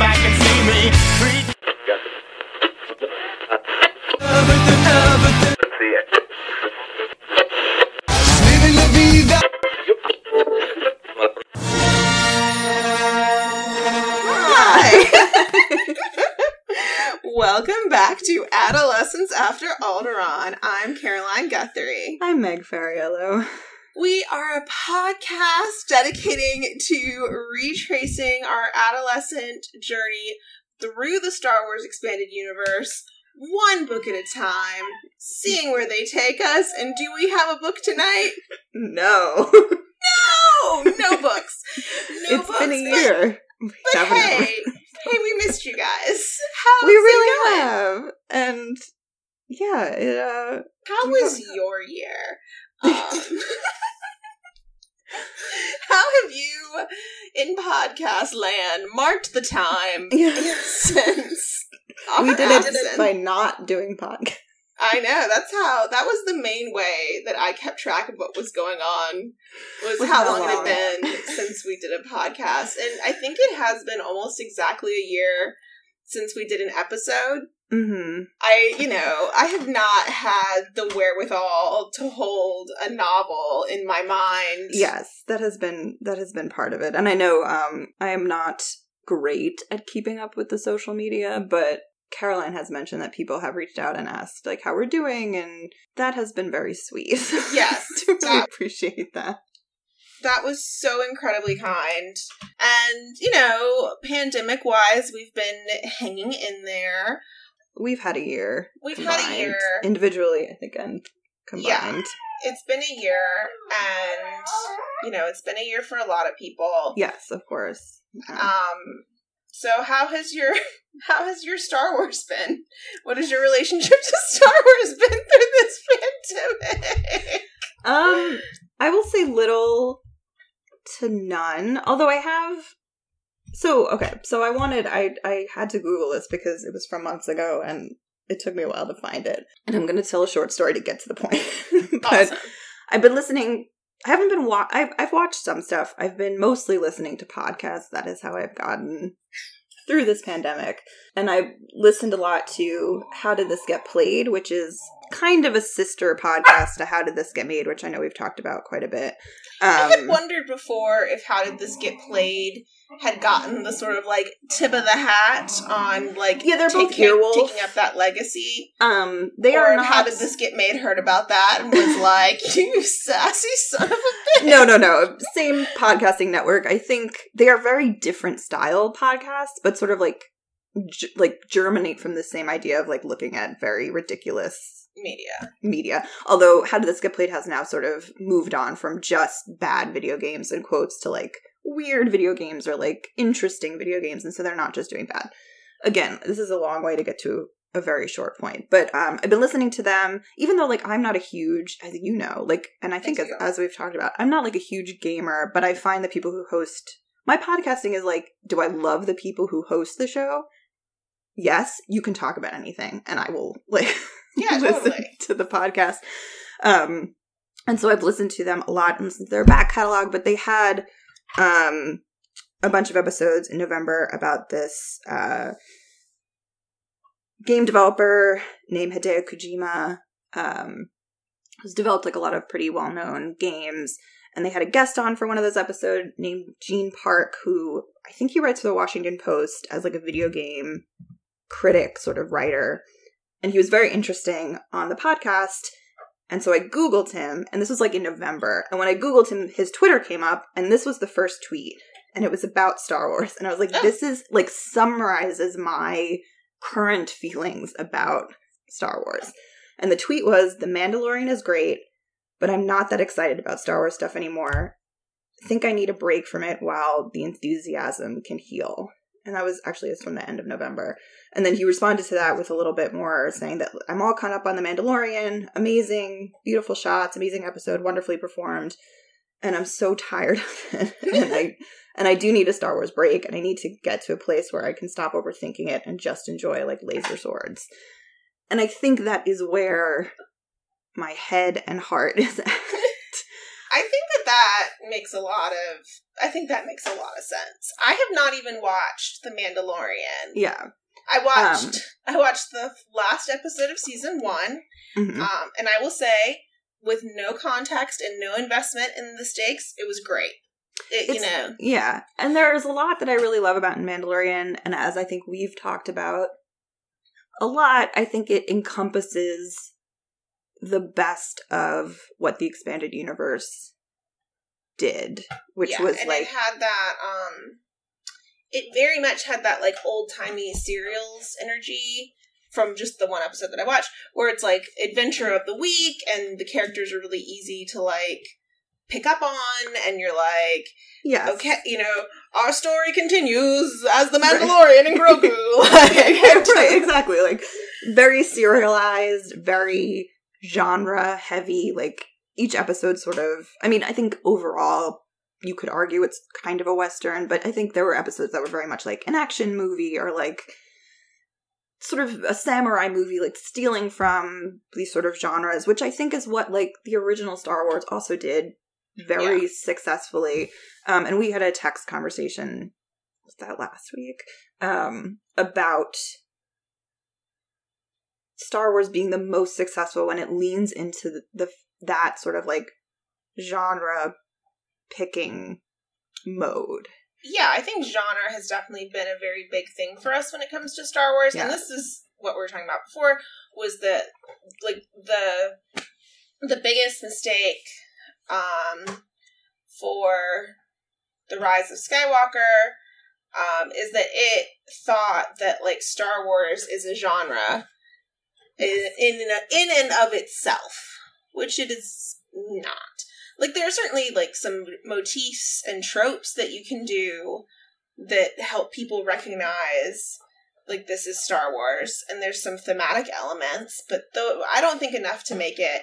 back and see me. Treat everything, everything. Living la vida. Welcome back to Adolescence After Alderon. I'm Caroline Guthrie. I'm Meg Fariello. We are a podcast dedicating to retracing our adolescent journey through the Star Wars expanded universe, one book at a time, seeing where they take us. And do we have a book tonight? No. No, no books. No it's books. been a year. But, but Haven't hey, hey, we missed you guys. How we really have. And yeah, it, uh, How was your year? Um, how have you, in podcast land, marked the time yeah. since our we did absence? it by not doing podcasts. I know that's how that was the main way that I kept track of what was going on was With how how long, long. it had been since we did a podcast, and I think it has been almost exactly a year since we did an episode. Mm-hmm. I, you know, I have not had the wherewithal to hold a novel in my mind. Yes, that has been that has been part of it. And I know um I am not great at keeping up with the social media, but Caroline has mentioned that people have reached out and asked like how we're doing and that has been very sweet. Yes, we that- appreciate that. That was so incredibly kind. And, you know, pandemic wise, we've been hanging in there. We've had a year. We've had a combined. year. Individually, I think and combined. It's been a year, and, you know, it's been a year for a lot of people. Yes, of course. Um, so how has your how has your Star Wars been? What has your relationship to Star Wars been through this pandemic? Um, I will say little to none. Although I have, so okay, so I wanted, I I had to Google this because it was from months ago, and it took me a while to find it. And I'm going to tell a short story to get to the point. but Awesome. I've been listening. I haven't been. Wa- I've I've watched some stuff. I've been mostly listening to podcasts. That is how I've gotten through this pandemic. And I listened a lot to How Did This Get Played, which is kind of a sister podcast to How Did This Get Made, which I know we've talked about quite a bit. I had Um, wondered before if How Did This Get Played had gotten the sort of like tip of the hat on like Yeah, they're both taking, Earwolf. taking up that legacy. um, they or are if not. How Did This Get Made heard about that and was like, you sassy son of a bitch. no, no, no. Same podcasting network. I think they are very different style podcasts, but sort of like ge- like germinate from the same idea of like looking at very ridiculous Media. media. Although How Did This Get Played has now sort of moved on from just bad video games and quotes to like weird video games or like interesting video games. And so they're not just doing bad. Again, this is a long way to get to a very short point. But um I've been listening to them, even though like I'm not a huge as you know, like and I think Yes, as you are. as we've talked about, I'm not like a huge gamer, but I find the people who host my podcasting is like, do I love the people who host the show? Yes, you can talk about anything and I will like Yeah, listen totally. to the podcast. Um, and so I've listened to them a lot and listened to their back catalog, but they had um, a bunch of episodes in November about this uh, game developer named Hideo Kojima, um, who's developed like a lot of pretty well known games. And they had a guest on for one of those episodes named Gene Park, who I think he writes for the Washington Post as like a video game critic sort of writer and he was very interesting on the podcast. And so I Googled him, and this was like in November. And when I Googled him, his Twitter came up, and this was the first tweet, and it was about Star Wars. And I was like, Oh. this is like summarizes my current feelings about Star Wars. And the tweet was The Mandalorian is great, but I'm not that excited about Star Wars stuff anymore. think I need a break from it while the enthusiasm can heal. And that was actually just from the end of November. And then he responded to that with a little bit more saying that I'm all caught up on The Mandalorian. Amazing, beautiful shots, amazing episode, wonderfully performed. And I'm so tired of it. and I and I do need a Star Wars break and I need to get to a place where I can stop overthinking it and just enjoy like laser swords. And I think that is where my head and heart is at. I think that that makes a lot of. I think that makes a lot of sense. I have not even watched The Mandalorian. Yeah. um, I watched. I watched the last episode of season one, Mhm. um, and I will say, with no context and no investment in the stakes, it was great. It, you It's- know, Yeah. And there's a lot that I really love about Mandalorian. And as I think we've talked about a lot, I think it encompasses the best of what the expanded universe did, which Yeah, was and like, it had that. Um, it very much had that like old timey serials energy from just the one episode that I watched, where it's like adventure of the week, and the characters are really easy to like pick up on, and you're like, yeah. okay, you know, our story continues as the Right. Mandalorian and Grogu. like, right, exactly. Like very serialized, very genre heavy. Like each episode sort of I mean, I think overall you could argue it's kind of a western, but I think there were episodes that were very much like an action movie or like sort of a samurai movie like stealing from these sort of genres, which I think is what like the original Star Wars also did very successfully. Um and we had a text conversation was that last week um, about Star Wars being the most successful when it leans into the, the that sort of like genre picking mode. yeah, I think genre has definitely been a very big thing for us when it comes to Star Wars, and Yeah. this is what we were talking about before was the like the the biggest mistake um, for the rise of Skywalker um, is that it thought that like Star Wars is a genre in in and, in and of itself, which it is not. Like there are certainly like some motifs and tropes that you can do that help people recognize like this is Star Wars and there's some thematic elements, but though I don't think enough to make it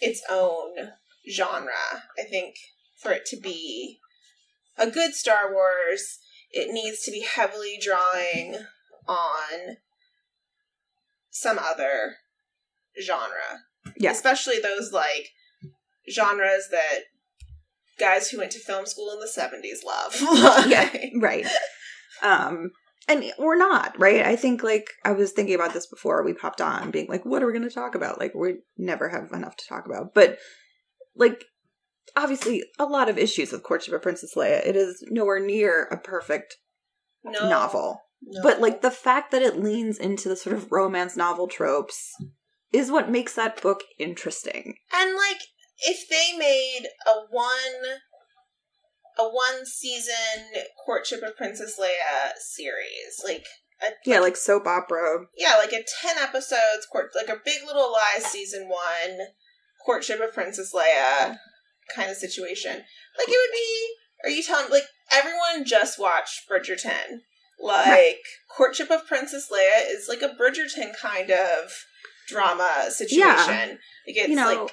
its own genre. I think for it to be a good Star Wars, it needs to be heavily drawing on some other genre. Yeah. Especially those like genres that guys who went to film school in the 70s love. Yeah. Right. Um and we're not, right? I think like I was thinking about this before we popped on, being like, what are we gonna talk about? Like we never have enough to talk about. But like obviously a lot of issues with courtship of Princess Leia. It is nowhere near a perfect No. novel. No. But like the fact that it leans into the sort of romance novel tropes is what makes that book interesting. And like if they made a one a one season courtship of Princess Leia series, like a, Yeah, like soap opera. yeah, like a ten episodes court like a Big Little Lies season one courtship of Princess Leia kind of situation. Like it would be are you telling like everyone just watched Bridgerton. Like Right. courtship of Princess Leia is like a Bridgerton kind of drama situation. Like it's you know, like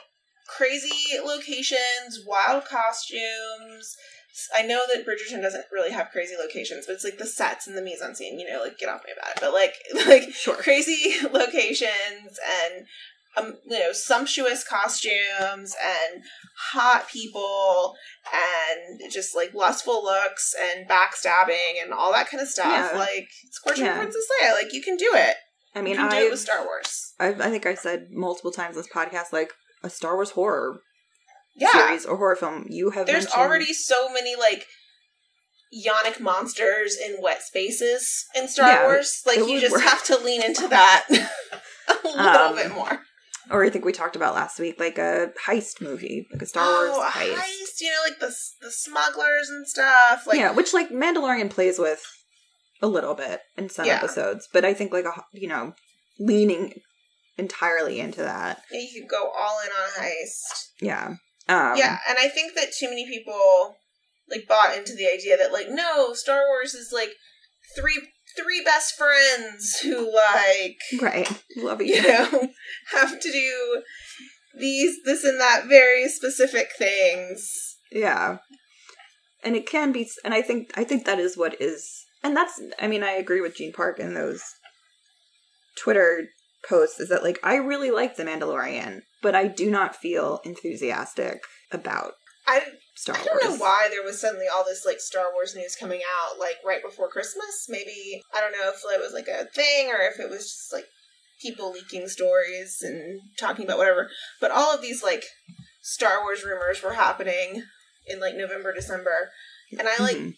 crazy locations, wild costumes. S- I know that Bridgerton doesn't really have crazy locations, but it's like the sets and the mise en scene. You know, like get off me about it, but like like sure. crazy locations and um, you know sumptuous costumes and hot people and just like lustful looks and backstabbing and all that kind of stuff. Yeah. Like it's Courtship of Yeah. Princess Leia. Like you can do it. I mean, you can do it I with Star Wars. I I think I've said multiple times on this podcast like a Star Wars horror Yeah. series or horror film. You have There's mentioned- already so many like yonic monsters in wet spaces in Star Yeah, Wars. Like it you would just work. have to lean into that a little Um, bit more. or I think we talked about last week like a heist movie, like a Star Wars Oh, a heist. heist, you know, like the s- the smugglers and stuff. Like yeah, which like Mandalorian plays with a little bit in some Yeah. episodes, but I think like a you know leaning entirely into that. you could go all in on a heist. Yeah. Um, yeah, and I think that too many people like bought into the idea that like no, Star Wars is like three three best friends who like Right. Love you you. know, have to do these, this, and that very specific things. Yeah. And it can be, and I think I think that is what is, and that's. I mean, I agree with Gene Park in those Twitter posts. Is that like I really like The Mandalorian, but I do not feel enthusiastic about I, Star I Wars. don't know why there was suddenly all this like Star Wars news coming out like right before Christmas. Maybe I don't know if it was like a thing or if it was just like people leaking stories and talking about whatever. But all of these like Star Wars rumors were happening in like November, December, and I like Mhm.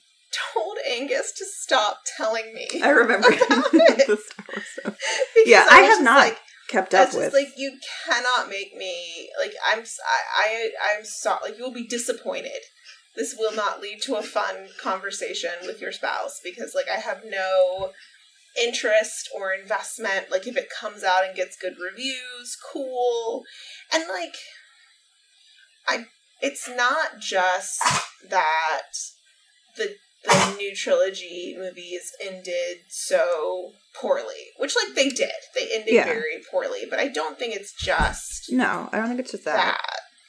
told Angus to stop telling me. I remember about it. the Star Wars stuff. Because Yeah, I was have just not like, Kept I was up just with. like you cannot make me like I'm s- I, I am sorry like you will be disappointed. This will not lead to a fun conversation with your spouse because like I have no interest or investment. Like if it comes out and gets good reviews, cool. And like I it's not just that the the new trilogy movies ended so poorly, which like they did. They ended Yeah. very poorly, but I don't think it's just no, I don't think it's just that. that.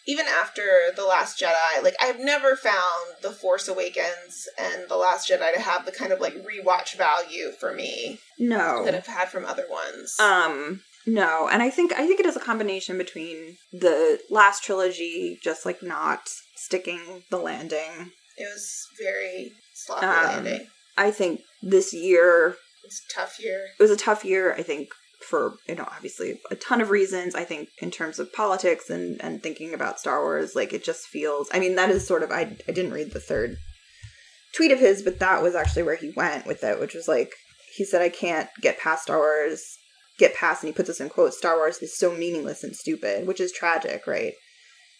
Even after The Last Jedi, like I've never found The Force Awakens and The Last Jedi to have the kind of like rewatch value for me No. that I've had from other ones. Oh. Um, no, and I think I think it is a combination between the last trilogy just like not sticking the landing. it was very sloppy um, landing. I think this year It's a tough year. it was a tough year. I think for you know obviously a ton of reasons. I think in terms of politics and and thinking about Star Wars, like it just feels. I mean, that is sort of. I I didn't read the third tweet of his, but that was actually where he went with it, which was like he said, "I can't get past Star Wars." Get past, and he puts this in quotes. Star Wars is so meaningless and stupid, which is tragic, right?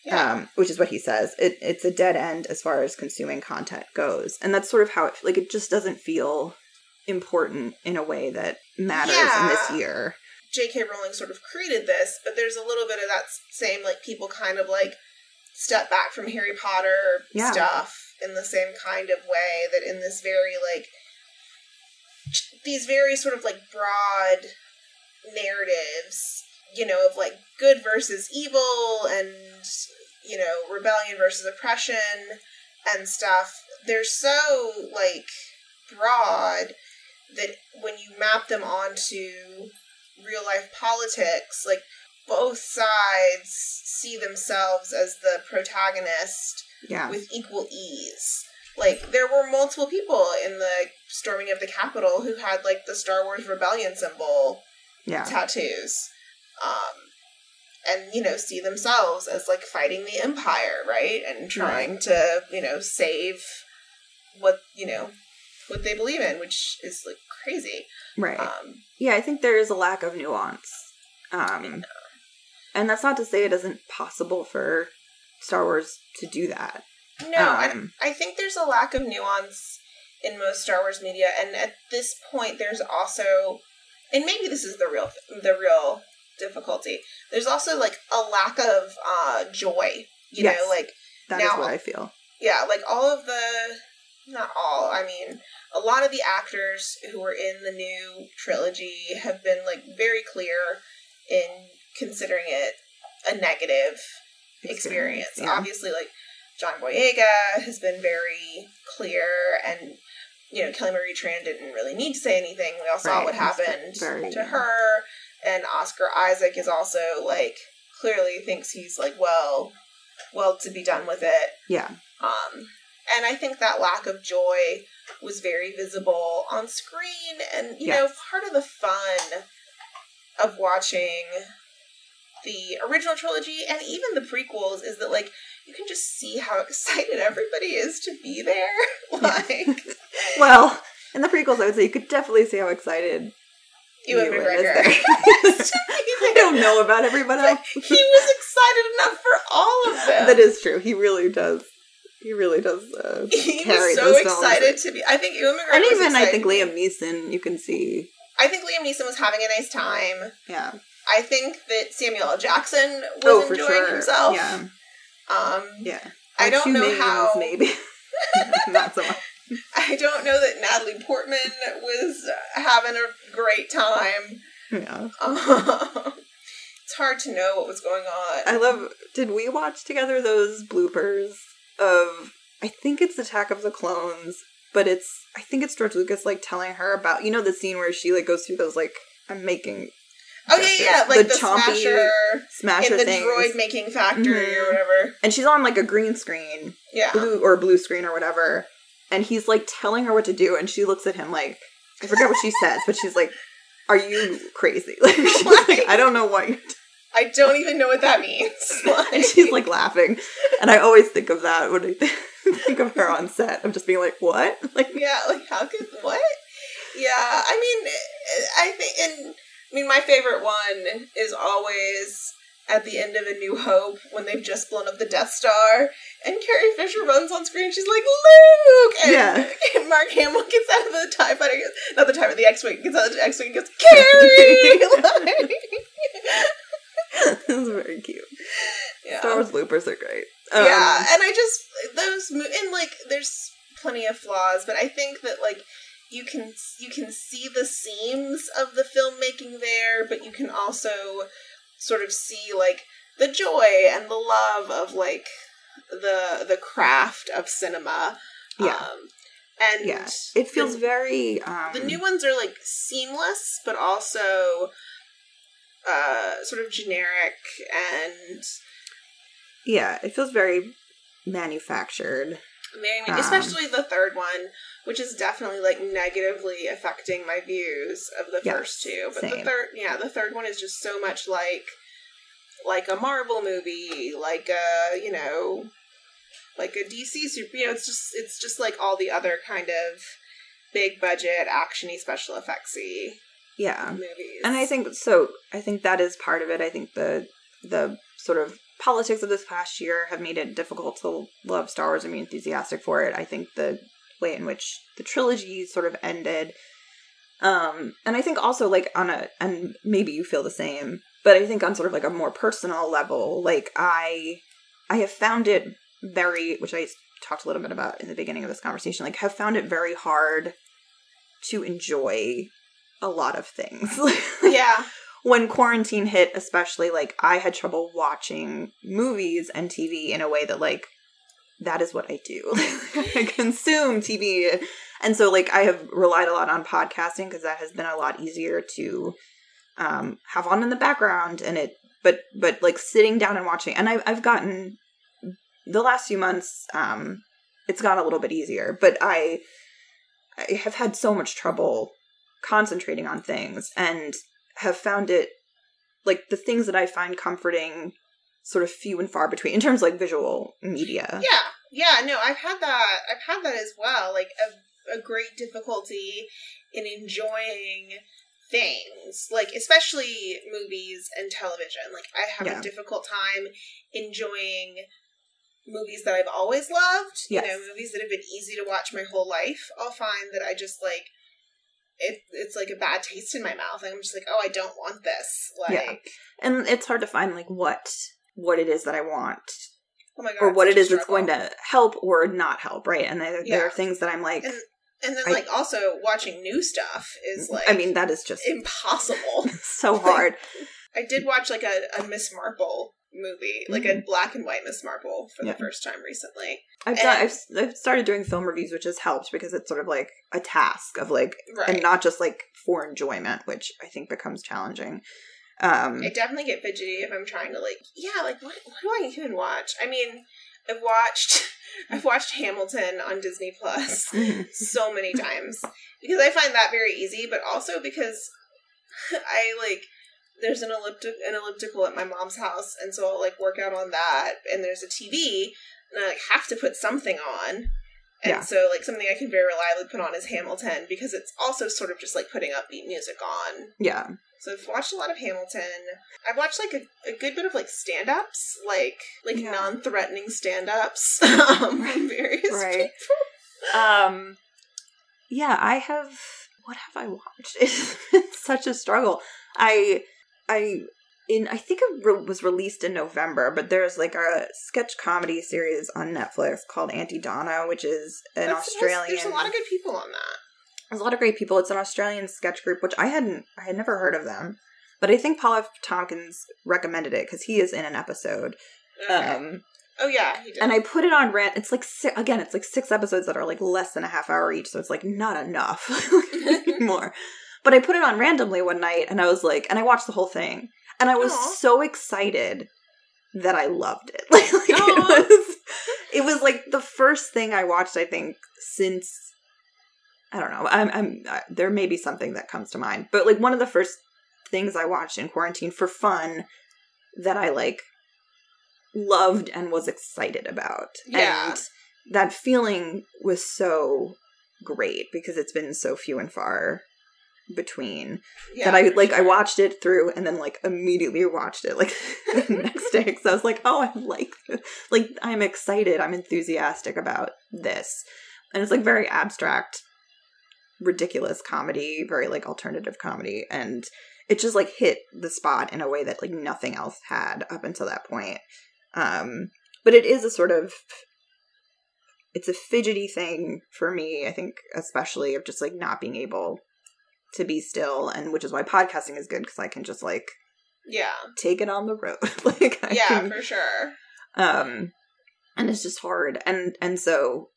Yeah. um, which is what he says. It, it's a dead end as far as consuming content goes, and that's sort of how it like it just doesn't feel important in a way that matters in this Yeah. year. J.K. Rowling sort of created this, but there's a little bit of that s- same like people kind of like step back from Harry Potter Yeah. stuff in the same kind of way that in this very like ch- these very sort of like broad narratives, you know, of like good versus evil and you know rebellion versus oppression and stuff. They're so like broad that when you map them onto real life politics, like both sides see themselves as the protagonist Yeah, with equal ease. Like there were multiple people in the storming of the Capitol who had like the Star Wars rebellion symbol yeah, tattoos, um, and you know see themselves as like fighting the empire, right, and trying to you know save what you know what they believe in, which is like crazy. right. Um, uh, yeah, I think there is a lack of nuance, um, and that's not to say it isn't possible for Star Wars to do that. no, I don't um, I think there's a lack of nuance in most Star Wars media, and at this point, there's also, and maybe this is the real the real difficulty. There's also like a lack of uh, joy. You Yes. know, like that is now- what I feel. yeah, like all of the, not all. I mean, a lot of the actors who were in the new trilogy have been like very clear in considering it a negative experience. yeah. Obviously, like John Boyega has been very clear, and you know Kelly Marie Tran didn't really need to say anything. We all saw Right, what that's ve- happened very- to her, and Oscar Isaac is also like clearly thinks he's like well, well to be done with it. Yeah, Um, and I think that lack of joy was very visible on screen. And, you know, part of the fun of watching the original trilogy and even the prequels is that, like, you can just see how excited everybody is to be there. like, Well, in the prequels, I would say you could definitely see how excited Ewan Ewan is McGregor. there. has to be I there. don't know about everybody But he else. was excited enough for all of them. that is true. He really does. He really does. Uh, he carry was so those films. excited to be. I think Ewan McGregor. and was even I excited think to be- Liam Neeson, you can see. I think Liam Neeson was having a nice time. Yeah. I think that Samuel L. Jackson was oh, for enjoying sure. himself. Yeah. Um, Yeah. I Or don't two know minions, how- Maybe. Not so much. I don't know that Natalie Portman was having a great time. Yeah. Um, it's hard to know what was going on. I love. Did we watch together those bloopers of? I think it's Attack of the Clones, but it's. I think it's George Lucas like telling her about you know the scene where she like goes through those like I'm making Oh yeah, yeah, like the, smasher smasher in the things. droid making factory or Mhm. whatever. and she's on like a green screen, Yeah. blue or blue screen or whatever, and he's like telling her what to do, and she looks at him like I forget what she says, but she's like, "Are you crazy?" Like, she's like I don't know what you're I don't even know what that means. and she's like laughing. And I always think of that when I th- think of her on set. I'm just being like, what? Like, yeah, like how could what? Yeah, I mean, I think, and I mean, my favorite one is always at the end of A New Hope when they've just blown up the Death Star, and Carrie Fisher runs on screen. She's like, Luke, and, Yeah. and Mark Hamill gets out of the Tie Fighter, gets- not the Tie Fighter, the X Wing, gets out of the X Wing, and goes Carrie. Like, this is very cute. yeah. Star Wars bloopers are great. Um, yeah, and I just those mo- and like there's plenty of flaws, but I think that like you can you can see the seams of the filmmaking there, but you can also sort of see like the joy and the love of like the the craft of cinema. Yeah. um, and Yeah. It feels very. Um, the new ones are like seamless, but also uh sort of generic and Yeah, it feels very manufactured. Marry Me, Um, especially the third one, which is definitely like negatively affecting my views of the Yeah, first two. But the same. third, yeah, the third one is just so much like like a Marvel movie, like a you know, like a DC super. You know, it's just it's just like all the other kind of big budget actiony special effectsy Yeah. movies. Um, And I think so. I think that is part of it. I think the the sort of politics of this past year have made it difficult to love Star Wars and be enthusiastic for it. I think the way in which the trilogy sort of ended, um, and I think also like on a and maybe you feel the same, but I think on sort of like a more personal level, like I I have found it very, which I talked a little bit about in the beginning of this conversation, like have found it very hard to enjoy a lot of things. yeah, when quarantine hit especially like i had trouble watching movies and tv in a way that like that is what i do i consume tv and so like i have relied a lot on podcasting because that has been a lot easier to um have on in the background and it but but like sitting down and watching and i've, I've gotten the last few months um it's gotten a little bit easier but i i have had so much trouble concentrating on things and have found it like the things that I find comforting sort of few and far between in terms of like visual media. yeah, yeah. No, I've had that. I've had that as well. Like a, a great difficulty in enjoying things, like especially movies and television. Like I have Yeah. a difficult time enjoying movies that I've always loved. Yes. You know, movies that have been easy to watch my whole life. I'll find that I just like. It, it's like a bad taste in my mouth. I'm just like, oh, I don't want this. Like, Yeah. And it's hard to find like what what it is that I want oh my god, or what such it a is that's going struggle. to help or not help, right? And there, there are Yeah. things that I'm like And then, I- like, also watching new stuff is like, I mean that is just impossible. so hard. I did watch like a, a Miss Marple movie, like a black and white Miss Marple for Mm-hmm. Yeah. the first time recently. I've done I've, I've started doing film reviews which has helped because it's sort of like a task of like Right. and not just like for enjoyment, which I think becomes challenging. Um I definitely get fidgety if I'm trying to like, yeah, like what, what do I even watch? I mean, I've watched I've watched Hamilton on Disney Plus mhm. so many times because I find that very easy, but also because I like there's an elliptic an elliptical at my mom's house, and so I'll like work out on that, and there's a TV, and I like have to put something on. And Yeah. so, like something I can very reliably put on is Hamilton because it's also sort of just like putting upbeat music on. yeah. So I've watched a lot of Hamilton. I've watched like a, a good bit of like stand ups, like like Yeah. non threatening stand ups um, from various Right. um yeah i have what have i watched it's been such a struggle i i in i think it re- was released in november but there's like a sketch comedy series on netflix called auntie donna which is an That's supposed- australian There's a lot of good people on that. there's a lot of great people it's an australian sketch group which i hadn't i had never heard of them but i think paul f tompkins recommended it because he is in an episode Okay. um oh yeah, he did. and I put it on rant. It's like si- again, it's like six episodes that are like less than a half hour each, so it's like not enough more. But I put it on randomly one night and I was like, and I watched the whole thing. And I was Aw. so excited that I loved it. Like, like, Aw. it was it was like the first thing I watched, I think, since I don't know. I'm I'm I, there may be something that comes to mind. But like one of the first things I watched in quarantine for fun that I like loved and was excited about. Yeah. And that feeling was so great because it's been so few and far between Yeah. that I like I watched it through and then like immediately watched it like the next day because I was like oh I like this. like I'm excited I'm enthusiastic about this and it's like very abstract ridiculous comedy very like alternative comedy and it just like hit the spot in a way that like nothing else had up until that point um but it is a sort of it's a fidgety thing for me i think especially of just like not being able to be still and which is why podcasting is good because i can just like yeah. take it on the road like I Yeah, can- for sure. um and it's just hard and and so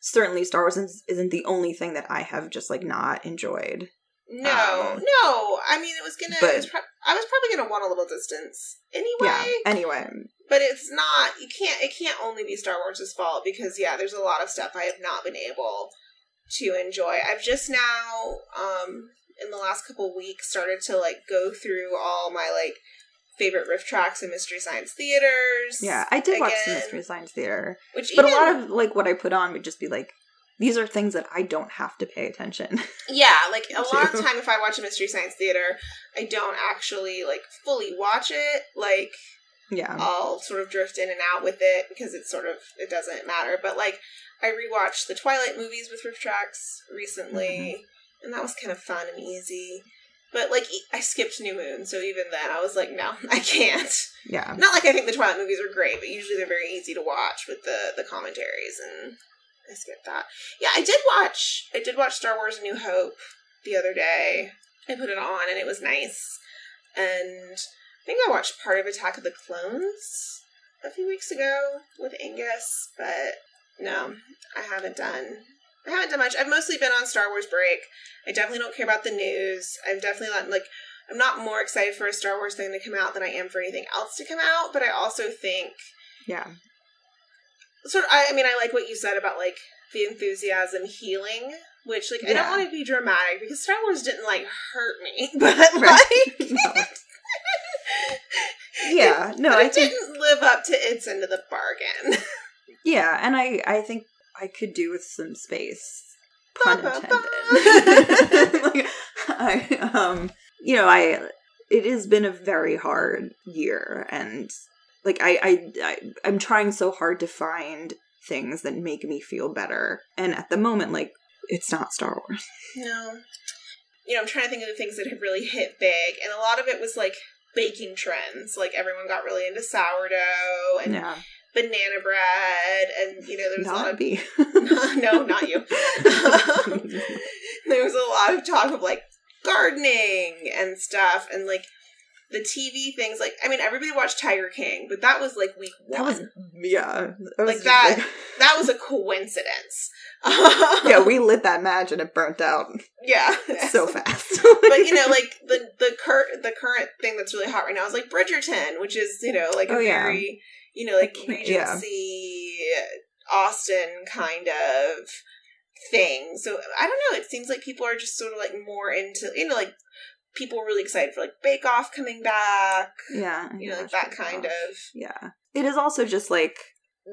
certainly star wars is- isn't the only thing that i have just like not enjoyed No, Um, no. I mean, it was gonna. but- it was prob- I was probably gonna want a little distance anyway. yeah anyway But it's not. You can't. It can't only be Star Wars' fault because yeah, there's a lot of stuff I have not been able to enjoy. I've just now, um, in the last couple weeks, started to like go through all my like favorite riff tracks in Mystery Science Theaters. yeah i did watch some Again. mystery science theater which but even, a lot of like what i put on would just be like these are things that i don't have to pay attention Yeah, like a lot too. of time if I watch a Mystery Science Theater, I don't actually like fully watch it. Like yeah I'll sort of drift in and out with it because it's sort of it doesn't matter. But like I rewatched the Twilight movies with Riff Tracks recently, and that was kind of fun and easy. But like e- I skipped New Moon, so even then I was like, no, I can't. yeah Not like I think the Twilight movies are great, but usually they're very easy to watch with the the commentaries, and I skipped that. Yeah, I did watch I did watch Star Wars: A New Hope the other day. I put it on, and it was nice. And I think I watched part of Attack of the Clones a few weeks ago with Angus, but no, I haven't done. I haven't done much. I've mostly been on Star Wars break. I definitely don't care about the news. I'm definitely not like I'm not more excited for a Star Wars thing to come out than I am for anything else to come out. But I also think yeah sort of. I, I mean, I like what you said about like the enthusiasm healing, which like I don't Yeah. want to be dramatic because Star Wars didn't like hurt me, but like. No. yeah no but i it think didn't live up to its end of the bargain. Yeah, and I I think I could do with some space. Pun Ba, ba, intended. ba. Like, I um you know, I it has been a very hard year and like I, I I I'm trying so hard to find things that make me feel better. And at the moment like it's not Star Wars. No. You know, I'm trying to think of the things that have really hit big, and a lot of it was like baking trends. Like everyone got really into sourdough and Yeah. banana bread, and you know, there was a lot Not of be. no, not you. there was a lot of talk of like gardening and stuff, and like the TV things. Like, I mean, everybody watched Tiger King, but that was like week one. That was yeah. that was Like just that- that was a coincidence. yeah, we lit that match and it burnt out yeah. so fast. but you know, like the the current the current thing that's really hot right now is like Bridgerton, which is you know like a Oh, yeah. very you know like I can't- yeah. Regency Austin kind of thing. So I don't know. It seems like people are just sort of like more into you know like people were really excited for like Bake Off coming back, Yeah. you know yeah, like that sure, kind yeah. of Yeah. It is also just like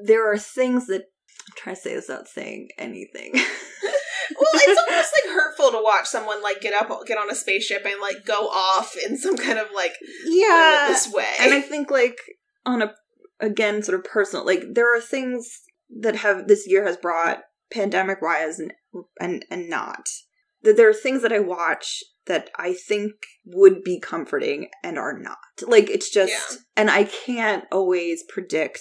there are things that I'm trying to say this without saying anything. well, it's almost like hurtful to watch someone like get up get on a spaceship and like go off in some kind of like limit this way. and I think like on a again sort of personal like there are things that have this year has brought pandemic wise and and and not that there are things that I watch that I think would be comforting and are not like it's just Yeah. and I can't always predict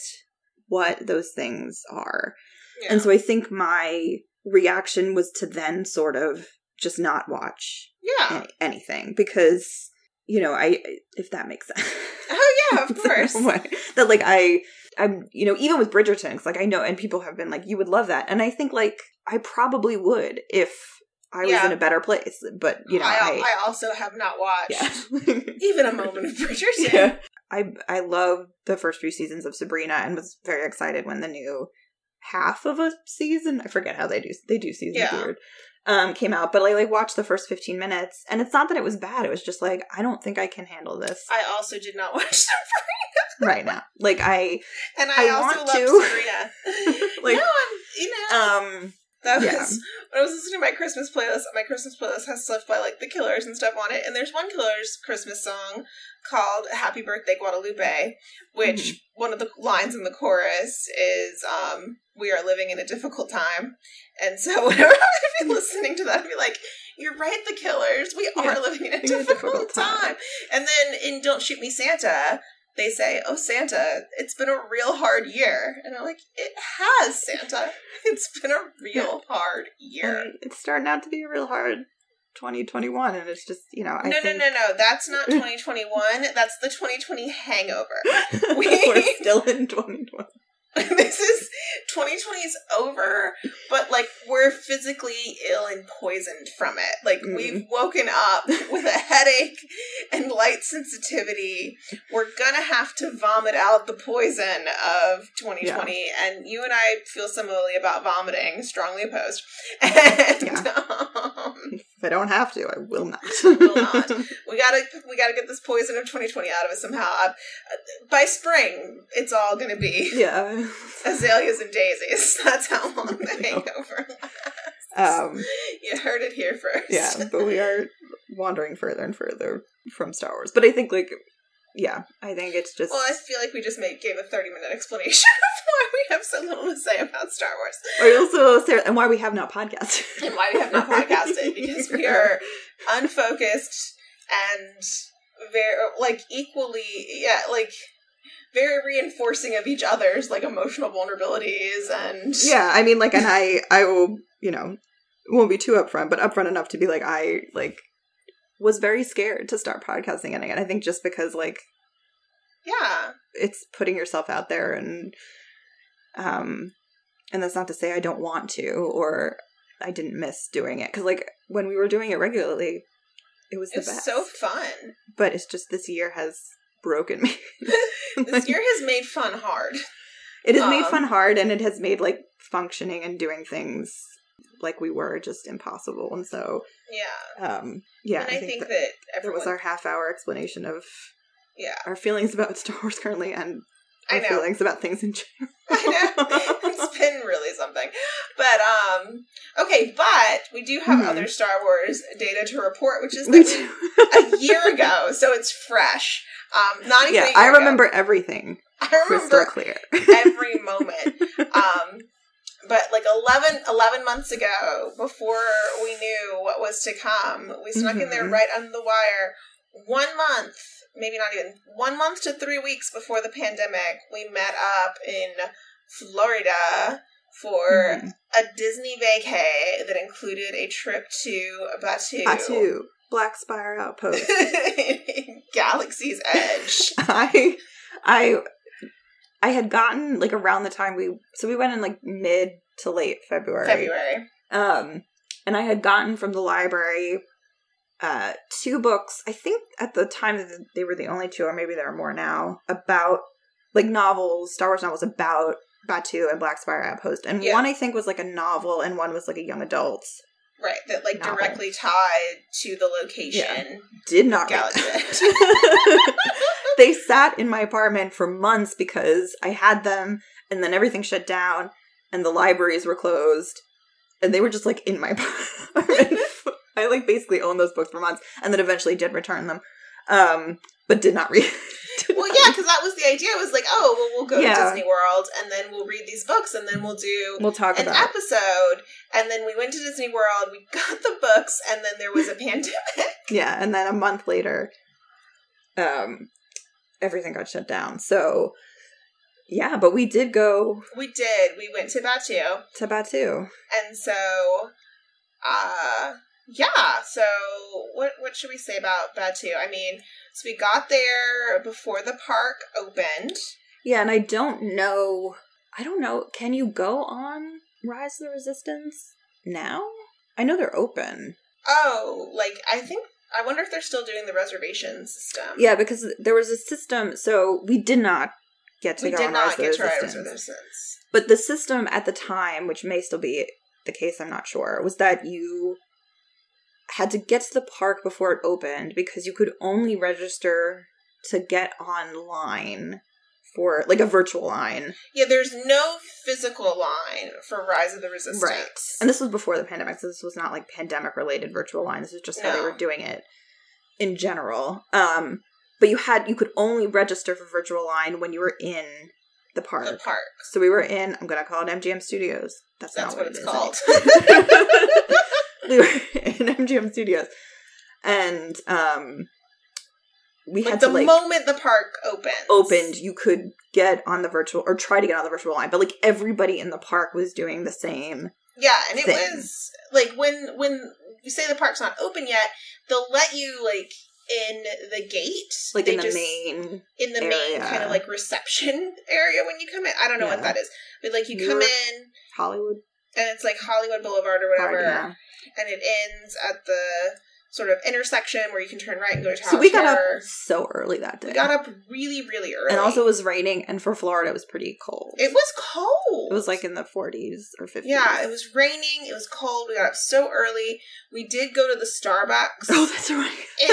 what those things are Yeah. And so I think my reaction was to then sort of just not watch yeah. any- anything because you know I if that makes sense. Oh yeah, of course. that like I I'm you know even with Bridgerton 'cause, like I know and people have been like you would love that and I think like I probably would if I was Yeah. in a better place. But you know, I, I, I also have not watched yeah. even a moment of Bridgerton. yeah. I I love the first few seasons of Sabrina and was very excited when the new half of a season I forget how they do they do seasons Yeah. weird um came out. But I like watched the first fifteen minutes and it's not that it was bad, it was just like I don't think I can handle this I also did not watch them, right now. Like I and I, I also want loved to. Sabrina. Like- no, I'm, you know, um that was yeah. when I was listening to my Christmas playlist. My Christmas playlist has stuff by like the Killers and stuff on it, and there's one Killers Christmas song called "Happy Birthday Guadalupe," which one of the lines in the chorus is um, "We are living in a difficult time," and so whenever I'd be listening to that, I'd be like. You're right, the killers. We are Yeah. living in a In a difficult difficult time." time. And then in Don't Shoot Me Santa, they say, Oh, Santa, it's been a real hard year. And I'm like, It has, Santa. It's been a real hard year. and it's starting out to be a real hard twenty twenty one and it's just you know, I no, no, think no, no. That's not 2021. That's the 2020 hangover. We- we're still in twenty twenty. this is 2020 is over, but like we're physically ill and poisoned from it. Like Mm. we've woken up with a headache and light sensitivity. We're gonna have to vomit out the poison of 2020, and you and I feel similarly about vomiting. Strongly opposed, and um, If I don't have to, I will not. Will not. we gotta we gotta get this poison of 2020 out of us somehow. Uh, by spring, it's all gonna be yeah. azaleas and daisies. That's how long the hangover. Um You heard it here first. yeah, but we are wandering further and further from Star Wars. But I think like yeah, I think it's just Well, I feel like we just made gave a thirty minute explanation of why we have so little to say about Star Wars or also Sarah, and why we have not podcasted. and why we have not podcasted because we are unfocused and very like equally yeah like very reinforcing of each other's like emotional vulnerabilities and Yeah, I mean like and I I will, you know, won't be too upfront, but upfront enough to be like I like was very scared to start podcasting and again. I think just because like yeah it's putting yourself out there and um and that's not to say i don't want to or i didn't miss doing it because like when we were doing it regularly it was the it's best so fun. but it's just this year has broken me This year has made fun hard. it has made um, fun hard and it has made like functioning and doing things like we were just impossible and so Yeah, um yeah and I, think, that, that everyone was our half hour explanation of yeah our feelings about star wars currently and I our know. feelings about things in general I know. it's been really something. But um okay, but we do have Mhm. other Star Wars data to report, which is We that do- a year ago, so it's fresh. Um not even a yeah, year I ago. remember everything I crystal remember clear. every moment. Um but like 11, 11 months ago, before we knew what was to come, we snuck in there Mhm. right on the wire. One month, maybe not even one month to three weeks before the pandemic, we met up in Florida for Mm-hmm. a Disney vacay that included a trip to Batu, Tattoo, Black Spire Outpost. Galaxy's Edge. I, I, I had gotten like around the time we so we went in like mid to late February. February. Um, and I had gotten from the library uh two books. I think at the time that they were the only two, or maybe there are more now about like novels, Star Wars novels about Batu and Black Spire Outpost. And Yeah. one I think was like a novel, and one was like a young adult. Right, that like Novel. directly tied to the location. Did not read Galaxy Edge. they sat in my apartment for months because I had them and then everything shut down and the libraries were closed and they were just like in my apartment. I like basically owned those books for months and then eventually did return them. Um but did not read. did well, not yeah, because that was the idea. Was like, oh, well, we'll go to Yeah. Disney World, and then we'll read these books, and then we'll do read. We'll talk an about it. episode. And then we went to Disney World. We got the books, and then there was a pandemic. Yeah, and then a month later um everything got shut down. So yeah, but we did go We did. We went to Batu. to Batu. And so, uh, yeah. So, what what should we say about Batu? I mean, so we got there before the park opened. Yeah, and I don't know. I don't know. Can you go on Rise of the Resistance now? I know they're open. Oh, like I think I wonder if they're still doing the reservation system. Yeah, because there was a system. So we did not get to we go did on not Rise of the get to Rise of Resistance. the Resistance. But the system at the time, which may still be the case, I'm not sure, was that you had to get to the park before it opened because you could only register to get online for like a virtual line. Yeah, there's no physical line for Rise of the Resistance. And this was before the pandemic, so this was not like pandemic related virtual line. This was just how they No. were doing it in general. Um but you had you could only register for virtual line when you were in the park. the park. So we were in I'm gonna call it MGM Studios. That's, That's not what it it's is called. we were in MGM Studios, and um, we like had the to like moment the park opens. opened. You could get on the virtual or try to get on the virtual line, but like everybody in the park was doing the same. Yeah, and it thing. was like when when you say the park's not open yet, they'll let you like in the gate, Like They in the just- main, in the main area. kind of like reception area when you come in. I don't know what Yeah. that is, but like you You come were- in Hollywood and it's like Hollywood Boulevard or party. whatever, yeah. and it ends at the sort of intersection where you can turn right and go to Tower So we got up Terror. so early that day, We got up really, really early, and also it was raining, and for Florida it was pretty cold. it was cold. It was like in the 40s or 50s. yeah, it was raining. It was cold. We got up so early. We did go to the Starbucks. Oh, that's right.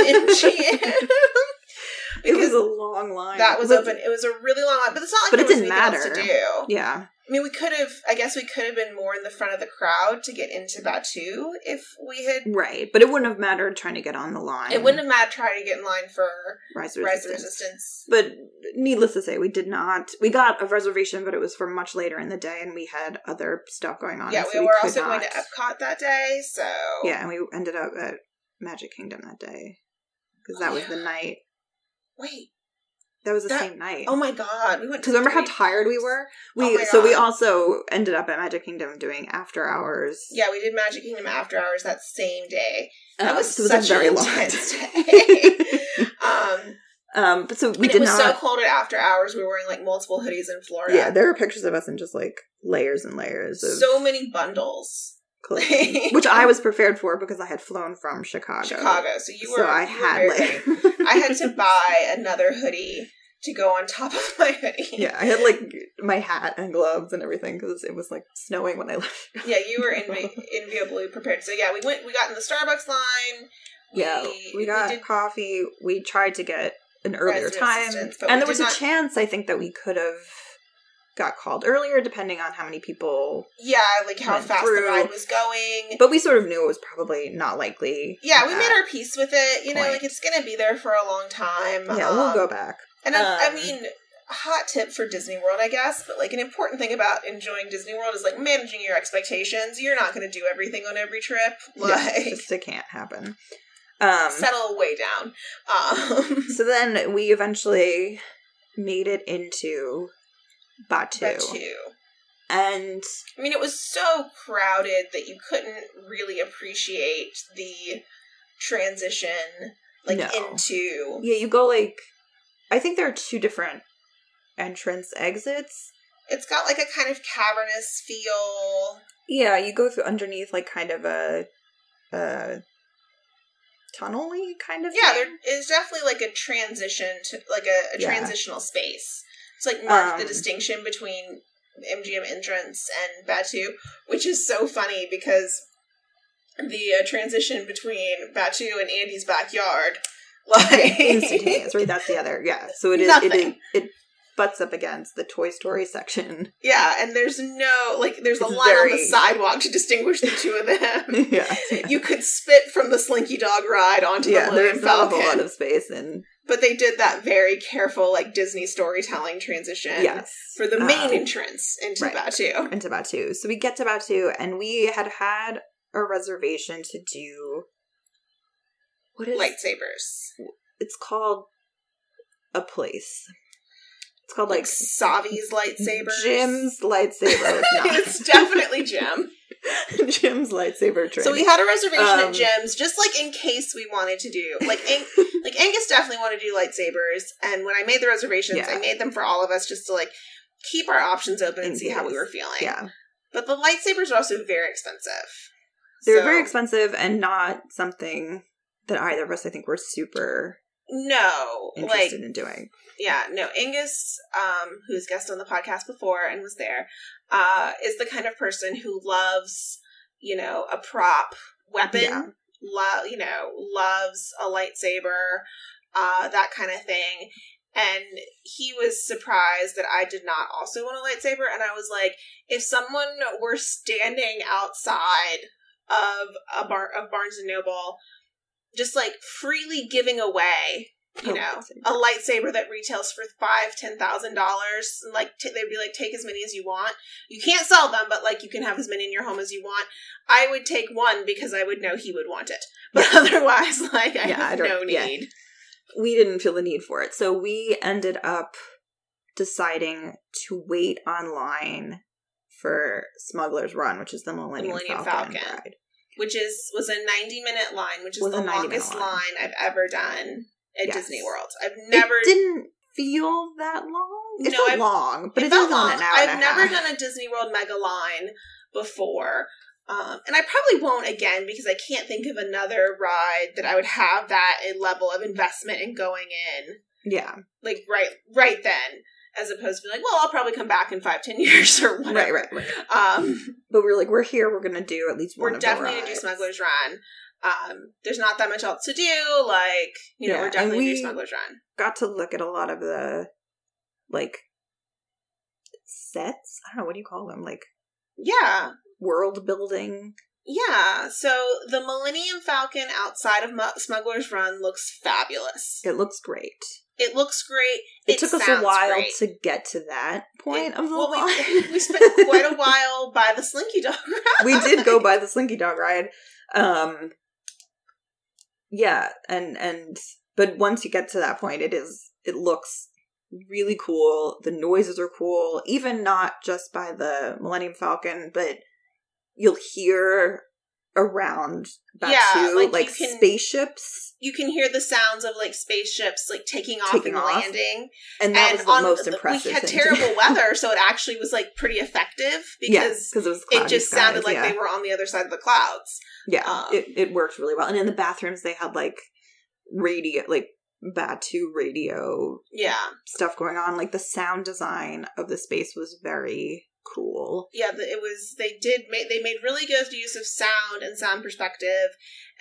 in MGM. It was Because a long line. that was But- open. It was a really long line, but it's not like But there it was didn't anything else matter. to do. Yeah. I mean, we could have. I guess we could have been more in the front of the crowd to get into Batu if we had. Right, but it wouldn't have mattered trying to get on the line. It wouldn't have mattered trying to get in line for rise of Rise of resistance. Resistance. But needless to say, we did not. We got a reservation, but it was for much later in the day, and we had other stuff going on. yeah, we so were could also going to not- Epcot that day, so Yeah, Oh. and we ended up at Magic Kingdom that day because that was the night. Wait, That was the That- same night. oh my god, we went Because remember how three tired we times. were? Oh We my so we God. also ended up at Magic Kingdom doing after hours. Yeah, we did Magic Kingdom after hours that same day. That Um, was so such an intense day. Um, um, but so we and did it was not. so cold at after hours. We were wearing like multiple hoodies in Florida. Yeah, there are pictures of us in just like layers and layers of so many bundles. clothing, which I was prepared for because I had flown from Chicago. Chicago. So you were. so I you were had very like, ready. I had to buy another hoodie to go on top of my hoodie. yeah, I had like my hat and gloves and everything because it was like snowing when I left. Yeah, you were envi- enviably prepared. So yeah, we went. We got in the Starbucks line. Yeah, we got did- coffee. We tried to get an earlier Rise of time, Resistance, but we and there did was a not- chance I think that we could have got called earlier, depending on how many people. yeah, like how Went fast through. the ride was going. But we sort of knew it was probably not likely. yeah, we that- made our peace with it. You know, Point. like it's gonna be there for a long time. Yeah, we'll Um, go back. And I, I Um, mean, hot tip for Disney World, I guess, but like an important thing about enjoying Disney World is like managing your expectations. You're not going to do everything on every trip. Like, yeah, it just it can't happen. Um, settle way down. Um, so then we eventually made it into Batu, but two. and I mean, it was so crowded that you couldn't really appreciate the transition, like No. into. yeah, you go like I think there are two different entrance exits. It's got like a kind of cavernous feel. Yeah, you go through underneath like kind of a a tunnely kind of Yeah, thing. there is definitely like a transition to like a, a Yeah. transitional space. It's like mark the Um, distinction between MGM entrance and Batu, which is so funny because the uh, transition between Batu and Andy's backyard, like instantaneous, right? That's the other. Yeah, so it is. It is. Nothing. It butts up against the Toy Story section. yeah, and there's no like there's a It's line on the very- sidewalk to distinguish the two of them. yeah, yeah. You could spit from the Slinky Dog ride onto yeah the Millennium there's not a Falcon. whole lot of space in but they did that very careful like disney storytelling transition yes for the main Um, entrance into right. batu into Batu. So we get to Batu, and we had had a reservation to do what is lightsabers it's called a place. It's called like like, savi's lightsabers Jim's lightsaber. it's definitely Jim. not Jim's lightsaber training. So we had a reservation Um, at Jim's, just like in case we wanted to do like Ang- like Angus definitely wanted to do lightsabers, and when I made the reservations, Yeah. I made them for all of us just to like keep our options open and In see how we case. were feeling. yeah. But the lightsabers are also very expensive. They were So- very expensive and not something that either of us, I think, were super No, like interested in doing. yeah, no. Angus, um, who's guest on the podcast before and was there, uh, is the kind of person who loves, you know, a prop weapon. Yeah. Lo- you know, loves a lightsaber, uh, that kind of thing. And he was surprised that I did not also want a lightsaber. And I was like, if someone were standing outside of a bar of Barnes and Noble, just like freely giving away, you A know, lightsaber. a lightsaber that retails for five, ten thousand dollars, and like t- they'd be like, take as many as you want. You can't sell them, but like you can have as many in your home as you want. I would take one because I would know he would want it, but otherwise, like I Yeah, I have don't- no yeah. need. We didn't feel the need for it. So we ended up deciding to wait online for Smuggler's Run, which is the Millennium, Millennium Falcon, Falcon. ride. Which is was a ninety minute line, which is Was the a 90 minute longest line. line I've ever done at Yes. Disney World. I've never It didn't feel that long. It No, felt I've- long, but it, felt felt on an hour I've and a never half. done a Disney World mega line before. Um, and I probably won't again because I can't think of another ride that I would have that a level of investment in going in Yeah, like right right then, as opposed to be like, well, I'll probably come back in five ten years or right, whatever. right, right. Um, But we were like, we're here. We're gonna do at least one. we're of definitely the gonna do rides. Smuggler's Run. Um, there's not that much else to do. Like you know, Yeah, we're and definitely gonna we- do Smuggler's Run. Got to look at a lot of the like sets. I don't know what do you call them, like Yeah, world building. Yeah, so the Millennium Falcon outside of Mu- Smuggler's Run looks fabulous. It looks great. It looks great. It, took us a sounds while great. to get to that point It- of the well, we- line. We, spent quite a while by the Slinky Dog. ride. we did go by the Slinky Dog ride. Um yeah, and and but once you get to that point it is it looks really cool. The noises are cool, even not just by the Millennium Falcon, but you'll hear around Batu Yeah, like, like, you can- spaceships You can hear the sounds of like spaceships like taking off Taking and off. landing. and that and was the on most the- impressive We had thing to- terrible weather, so it actually was like pretty effective Yeah, because it was it just sounded like they they were on the other side of the clouds. Yeah, Um, it, it worked really well. And in the bathrooms, they had like radio, like Batu radio Yeah. stuff going on. Like the sound design of the space was very cool. yeah, the, it was. They did make. They made really good use of sound and sound perspective,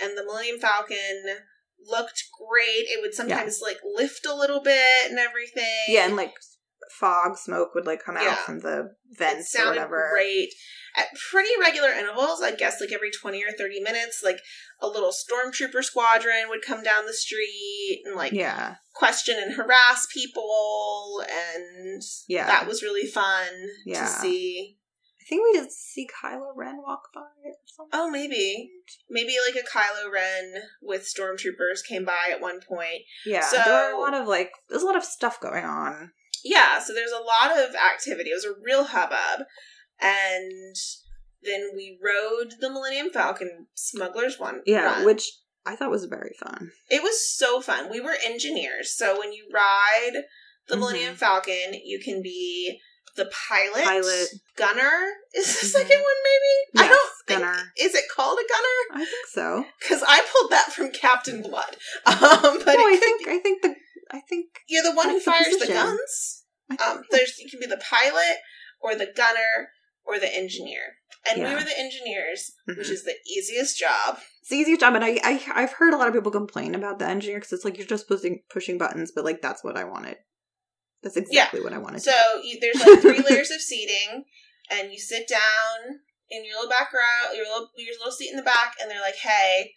and the Millennium Falcon looked great. It would sometimes like lift a little bit and everything. Yeah, and like fog, smoke would like come out Yeah. from the it vents or sounded whatever. great at pretty regular intervals. I guess like every twenty or thirty minutes, like a little stormtrooper squadron would come down the street and like Yeah, question and harass people, and Yeah. that was really fun Yeah. to see. I think we did see Kylo Ren walk by. Or something. Oh, maybe. Maybe like a Kylo Ren with stormtroopers came by at one point. yeah. so- there were a lot of like there's a lot of stuff going on. Yeah, so there's a lot of activity. It was a real hubbub. And then we rode the Millennium Falcon Smugglers one. Yeah, run. which I thought was very fun. it was so fun. We were engineers, so when you ride the Mhm. Millennium Falcon, you can be the pilot. Pilot. Gunner is the Mhm. second one, maybe? I Yes, don't think- gunner. is it called a gunner? I think so. Because I pulled that from Captain Blood. Um, but no, it I could think I think the I think You're the one who That's the fires the, position. guns. I think Um, there's you can be the pilot or the gunner or the engineer, and we Yeah. were the engineers, which Mhm. is the easiest job. it's the easiest job, and I, I I've heard a lot of people complain about the engineer because it's like you're just pushing pushing buttons, but like that's what I wanted. That's exactly what I wanted. So you, there's like three layers of seating, and you sit down in your little back row, your little your little seat in the back, and they're like, "Hey,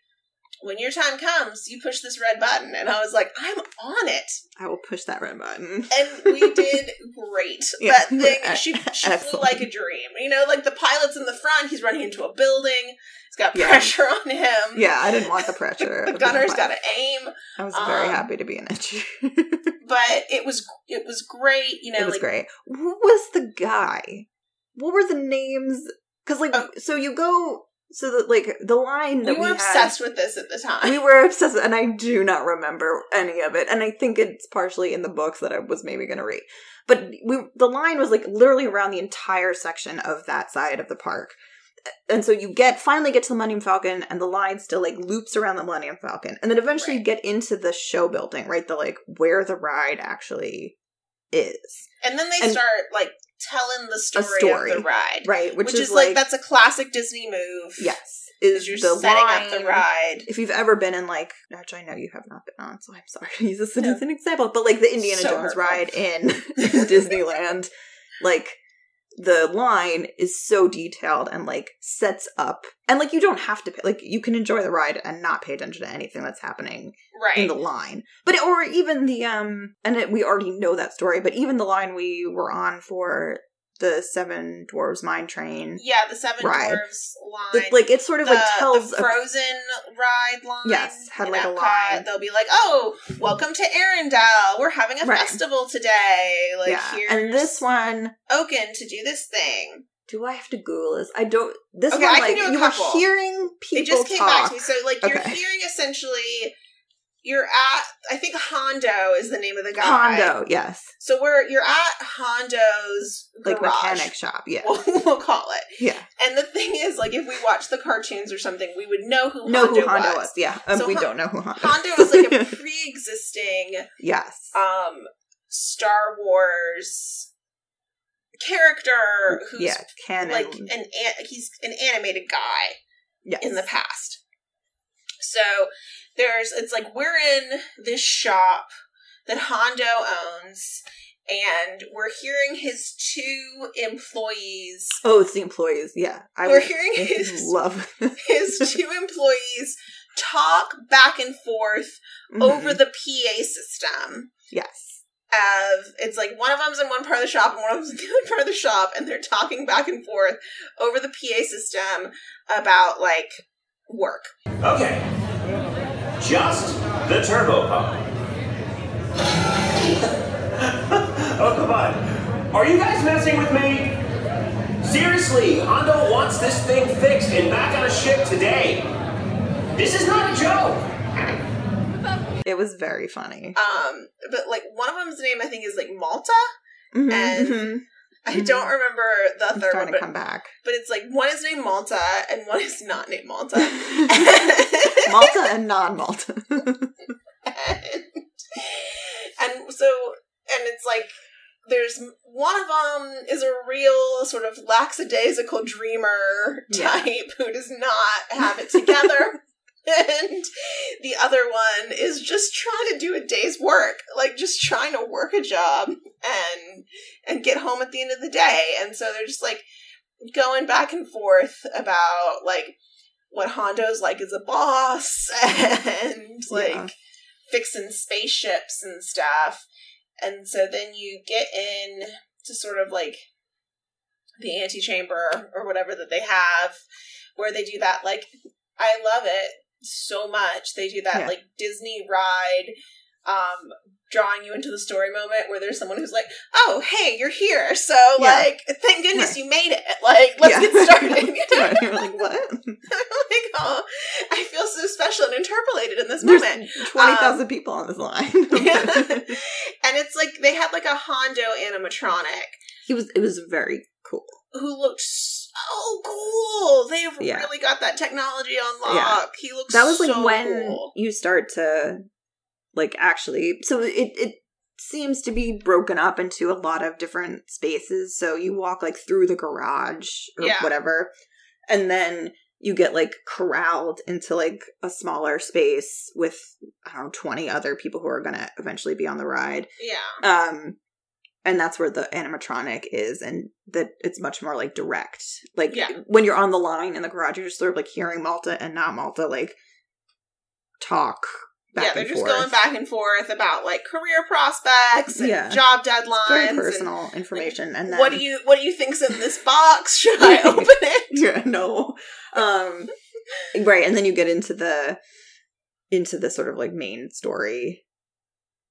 when your time comes, you push this red button." And I was like, "I'm on it." I will push that red button. and we did great. Yeah. That thing, she, she flew Excellent. like a dream. You know, like the pilot's in the front, he's running into a building, he's got Yeah. pressure on him. Yeah, I didn't want the pressure. The of being gunner's a got to pilot. aim, I was very um, happy to be an engineer. but it was it was great. You know, it was like great. Who was the guy? What were the names? Because like, Oh. so you go so that like the line we that we, were had- obsessed with this at the time. we were obsessed and i do not remember any of it and i think it's partially in the books that i was maybe going to read but we the line was like literally around the entire section of that side of the park and so you get finally get to the Millennium Falcon, and the line still like loops around the Millennium Falcon, and then eventually you get into the show building, right? The like where the ride actually is, And then they And- start like telling the story, story. of the ride, right? which, is, like, that's a classic Disney move. yes, is is you're the setting line, up the ride. If you've ever been in like, actually, I know you have not been on, so I'm sorry to use this as an example, but like the Indiana So Jones hurtful. ride in Disneyland, like the line is so detailed and like sets up, and like you don't have to pay, like you can enjoy the ride and not pay attention to anything that's happening in Right. the line, but it- or even the um, and it, we already know that story, but even the line we were on for the Seven Dwarves Mine Train. yeah, the Seven Ride. Dwarves line. Like, like it sort of like tells the a frozen ride line. Yes, had, in like, a Epcot. line. They'll be like, "Oh, welcome to Arendelle. We're having a Right. festival today. Like yeah. here's and this one Oaken to do this thing." do i have to google this i don't this Okay, one I can like do a you couple. were hearing people it just came talk back to me. So like you're Okay. hearing essentially, you're at. I think Hondo is the name of the guy. condo yes So we're you're at Hondo's like garage. mechanic shop yeah We'll, we'll call it. yeah And the thing is, like, if we watched the cartoons or something, we would know who know Hondo, who hondo was. was, yeah um, So we Hon- don't know who hondo Hondo was like a pre-existing yes um Star Wars character who's yeah canon like an, an he's an animated guy yes. in the past. So there's it's like we're in this shop that Hondo owns and we're hearing his two employees oh it's the employees yeah i we're would hearing his love his two employees talk back and forth over Mhm. the PA system. yes of it's like one of them's in one part of the shop and one of them's in the other part of the shop and they're talking back and forth over the PA system about like work. Okay. Just the turbo pump. oh, come on. Are you guys messing with me? Seriously, Hondo wants this thing fixed and back on a ship today. This is not a joke. it was very funny Um but like one of them's name I think is like Malta. Mhm, and- mhm. I don't remember the It's third trying one to but, come back but it's like one is named Malta and one is not named Malta. malta and non-malta and, and so and it's like there's one of them is a real sort of lackadaisical dreamer Yeah. type who does not have it together and the other one is just trying to do a day's work like just trying to work a job and and get home at the end of the day and so they're just like going back and forth about like what hondo's like as a boss and like Yeah. fixing spaceships and stuff. And so then you get in to sort of like the antechamber or whatever that they have, where they do that. Like, I love it so much. They do that Yeah. like Disney ride, um, drawing you into the story moment where there's someone who's like, "Oh, hey, you're here!" So Yeah. like, thank goodness Right. you made it. Like, let's Yeah. get started. Right, you're like what like, oh, I feel so special and interpolated in this There's moment. um, 20,000 people on this line. and it's like they had like a Hondo animatronic he was it was very cool. who looked so cool. They've Yeah. really got that technology on Yeah. lock. He looks That was like so when cool. you start to like actually so it it seems to be broken up into a lot of different spaces. So you walk like through the garage or Yeah. whatever and then you get like corralled into like a smaller space with I don't know 20 other people who are going to eventually be on the ride. yeah, um and that's where the animatronic is and that it's much more like direct like Yeah. when you're on the line in the garage you're just sort of like hearing malta and not malta like talk back yeah, they're and just forth. going back and forth about like career prospects and Yeah. job It's deadlines. very and personal information and then what do you what do you think's in this box? Should I open it? yeah no um right and then you get into the into the sort of like main story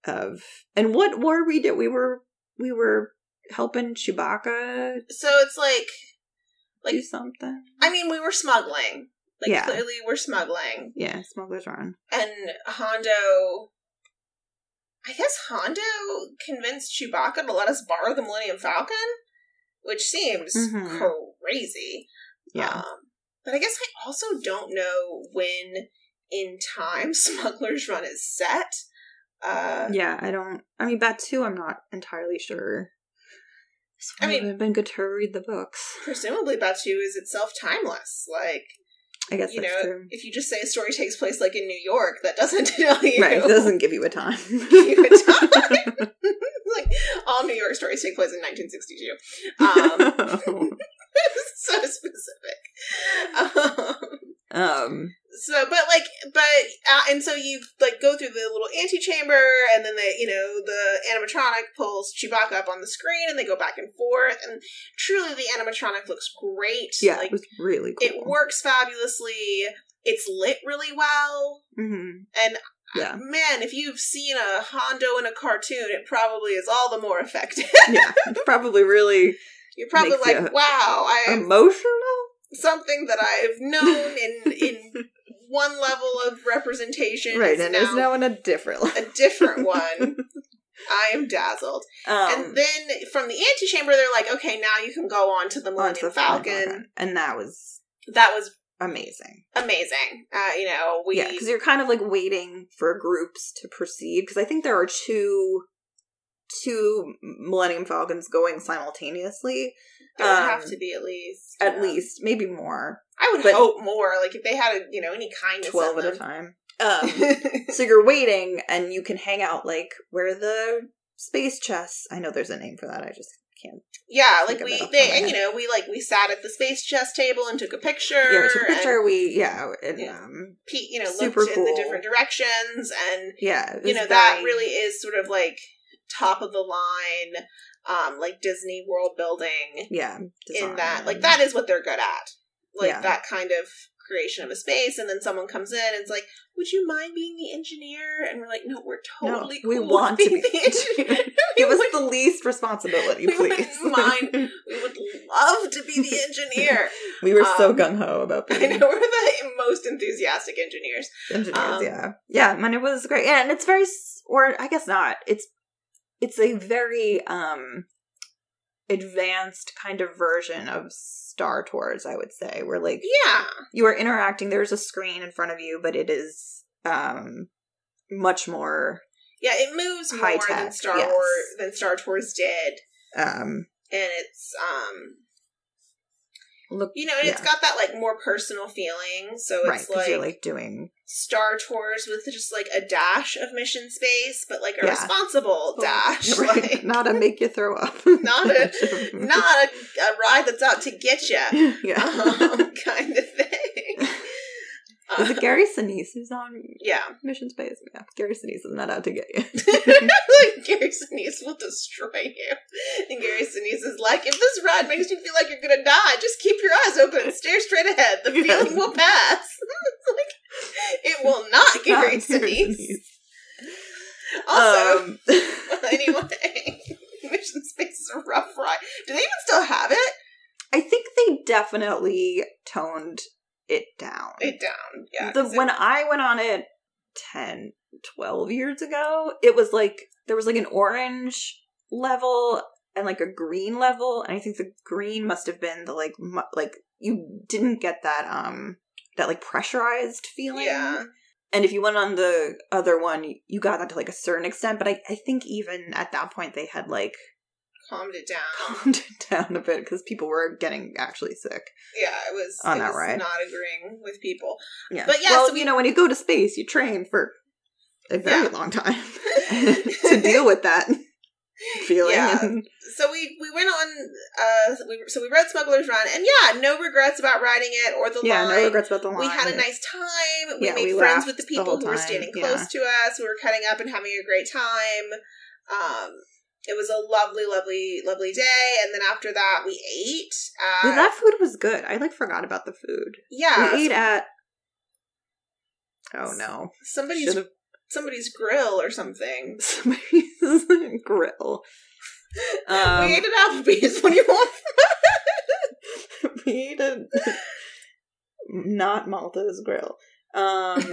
of and what were we did we were we were helping Chewbacca So it's like Like- do something I mean, we were smuggling. Like Yeah. clearly we're smuggling. yeah smugglers are on And Hondo. I guess Hondo convinced Chewbacca to let us borrow the Millennium Falcon, which seems Mhm. crazy. Yeah. Um, but I guess I also don't know when in time Smuggler's Run is set. Uh, Yeah, I don't. I mean, Batu, I'm not entirely sure. So I I mean- mean, it would have been good to read the books. presumably, Batu is itself timeless. Like, I guess you that's know, true. if you just say a story takes place like in New York, that doesn't tell you. Right, it doesn't give you a time. you a time. like, all New York stories take place in 1962. Um, so specific. Um, um, so but like but uh, and so you like go through the little antechamber and then the you know the animatronic pulls Chewbacca up on the screen and they go back and forth and truly the animatronic looks great yeah, like it was really cool. it works fabulously it's lit really well Mhm. and Yeah. man if you've seen a Hondo in a cartoon it probably is all the more effective yeah, it's probably really you're probably Makes like you- wow I am emotional. something that I've known in in one level of representation is Right, and now it's now in a different. a different one. I am dazzled. Um, and then from the antechamber, they're like, "Okay, now you can go on to the on to Millennium Oh, the Falcon." and that was That was amazing. amazing. Uh, you know, we Yeah, yeah, because you're kind of like waiting for groups to proceed. Because I think there are two two Millennium Falcons going simultaneously, there would have um, to be at least at yeah. least maybe more, I would but- hope more. Like if they had a, you know any kindness, twelve in at a them. time. Um, so you're waiting, and you can hang out like where the space chests. I know there's a name for that. I just can't. yeah, like Think of we it off the top they of my and you head. know we like we sat at the space chess table and took a picture. Yeah, we took a and picture. We yeah, and, Yeah. um, Pete, you know, Super looked in the cool. different directions and yeah. it you was know that very- really is sort of like top of the line um like Disney world building yeah in that design. like that is what they're good at. Like Yeah. that kind of creation of a space and then someone comes in and it's like, "Would you mind being the engineer?" and we're like, "No, we're totally we cool with want to being be the engineer." we, Give us would, the least responsibility, We please. wouldn't mind. we would love to be the engineer. we were so Um, gung ho about I being know we're the most enthusiastic engineers. engineers. um, yeah, yeah, and it was great. And it's very, s- or I guess not. It's it's a very um advanced kind of version of Star Tours, I would say, where like Yeah. you are interacting. There's a screen in front of you, but it is um much more Yeah, it moves more High than tech, Star yes. Wars than Star Tours did. um and it's um look you know and it's Yeah. got that like more personal feeling so right it's because like, you're like doing star tours with just like a dash of mission space but like a Yeah. Oh, responsible dash Right. like not a make you throw up Not a- not a, a ride that's out to get you yeah. um, kind of thing Is Uh, it Gary Sinise who's on yeah Mission Space? Yeah, Gary Sinise is not out to get you. like Gary Sinise will destroy you and Gary Sinise is like if this ride makes you feel like you're gonna die just keep your eyes open and stare straight ahead the feeling will pass It's like, it will not Gary Not Gary Sinise Also, Um, anyway, Mission Space is a rough ride. Do they even still have it? I think they definitely toned it down. It down, yeah. the 'cause it- when I went on it 10, 12 years ago, it was like there was like an orange level and like a green level, and I think the green must have been the like mu- like you didn't get that um that like pressurized feeling. Yeah. And if you went on the other one, you got that to like a certain extent, but I, I think even at that point they had like calmed it down. calmed it down a bit because people were getting actually sick. Yeah, it was On it that was ride. not agreeing with people. Yeah. But yeah, well, so we- you know, when you go to space, you train for a very Yeah. long time to deal with that feeling. Yeah. and- So we we went on. Uh, we so we rode Smuggler's Run, and yeah, no regrets about riding it or the yeah, line. no regrets about the line. We had a nice time. We Yeah, made we friends laughed with the the whole people who were time, standing yeah. close to us. We were cutting up and having a great time. Um, it was a lovely, lovely, lovely day. And then after that, we ate. Yeah, Uh, that food was good. I like forgot about the food. yeah, We ate at. Oh no! somebody's Should have somebody's grill or something. somebody's grill. we Um, ate at Applebee's. What do you want? we ate at not Malta's grill. Um,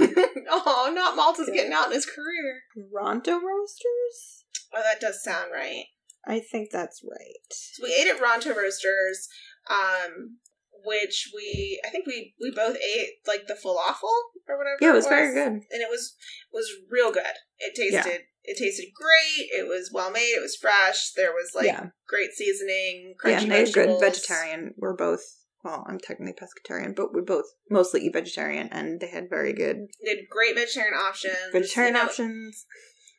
oh, not Malta's Yeah. getting out in his career. Ronto Roasters. Oh, that does sound right. I think that's right. So we ate at Ronto Roasters. Um, which we I think we we both ate like the falafel or whatever. Yeah, it was very good. and it was was real good. It tasted it tasted great. It was well made. It was fresh. There was like yeah, great seasoning. Crunchy yeah, and they're good vegetables. vegetarian. We're both well, I'm technically pescatarian, but we both mostly eat vegetarian, and they had very good They had great vegetarian options. vegetarian Mm-hmm. You know, options.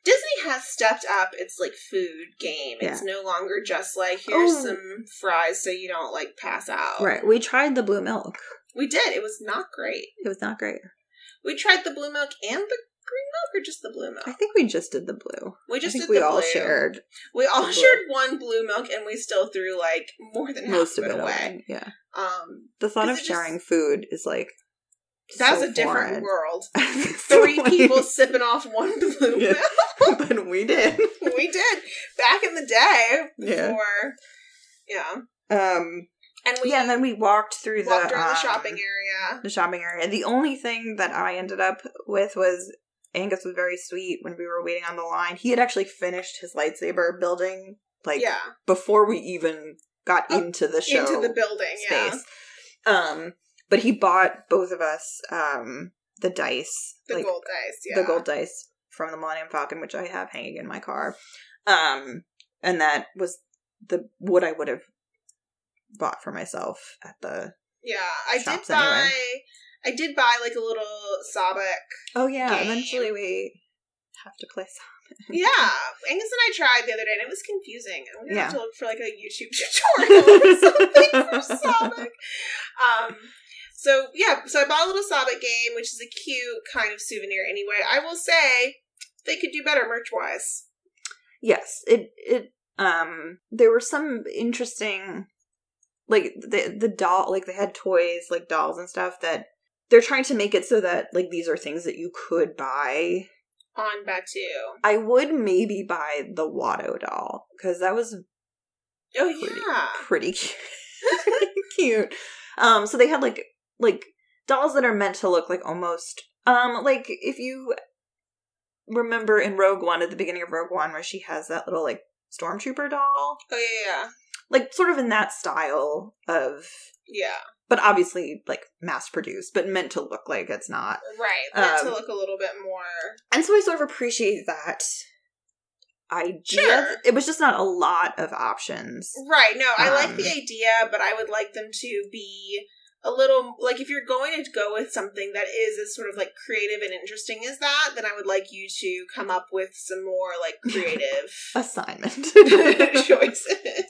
Disney has stepped up its like food game. It's no longer just like here's Oh. some fries so you don't like pass out. Right, we tried the blue milk. We did. It was not great. It was not great. We tried the blue milk and the green milk, or just the blue I milk. think we just did the blue. We just I think did we the all blue. shared We all blue. shared one blue milk, and we still threw like more than most half of it of it away. away. Yeah, Um, the thought of Because it just- sharing food is like that's so a different foreign. world. So Three we- people sipping off one blue Yeah. milk. but we did. we did back in the day Yeah. before yeah Um. and we yeah, and then we walked through the walked around the um, shopping area the shopping area. The only thing that I ended up with was Angus was very sweet when we were waiting on the line. He had actually finished his lightsaber building like yeah before we even got Up into the show into the building yeah space. Um, but he bought both of us um the dice, the like gold dice yeah the gold dice from the Millennium Falcon, which I have hanging in my car. Um, and that was the what I would have bought for myself at the yeah i did Shops buy anyway. i did buy like a little sabak Oh yeah, game. eventually we have to play. Some. yeah angus and i tried the other day and it was confusing i'm gonna have Yeah. to look for like a youtube tutorial or something for sabak um so yeah so i bought a little sabak game which is a cute kind of souvenir anyway i will say they could do better merch wise Yes, it it um there were some interesting like the the doll like they had toys like dolls and stuff that they're trying to make it so that like these are things that you could buy. on Batu. I would maybe buy the Watto doll because that was Oh pretty yeah, pretty cute. cute. Um, so they had like like dolls that are meant to look like almost um like if you remember in Rogue One at the beginning of Rogue One where she has that little like stormtrooper doll, oh yeah, like sort of in that style of, yeah, but obviously like mass produced, but meant to look like it's not. yeah. Right, meant to Um, look a little bit more. And so I sort of appreciate that idea. Sure. It was just not a lot of options. Right. No, I like um, the idea, but I would like them to be a little like if you're going to go with something that is as sort of like creative and interesting as that, then I would like you to come up with some more like creative Assignment. choices.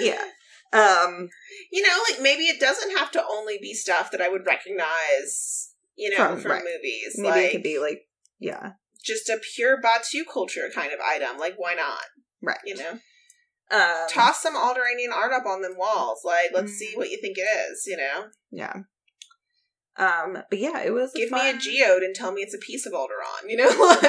yeah. Um You know, like maybe it doesn't have to only be stuff that I would recognize. You know, From- from, right. movies, maybe like it could be like yeah just a pure Batu culture kind of item. Like, why not? right You know, um, toss some Alderanian art up on them walls. Like, let's Mm. see what you think it is. You know, yeah um but yeah it was give me fun- a geode and tell me it's a piece of Alderon. You know, like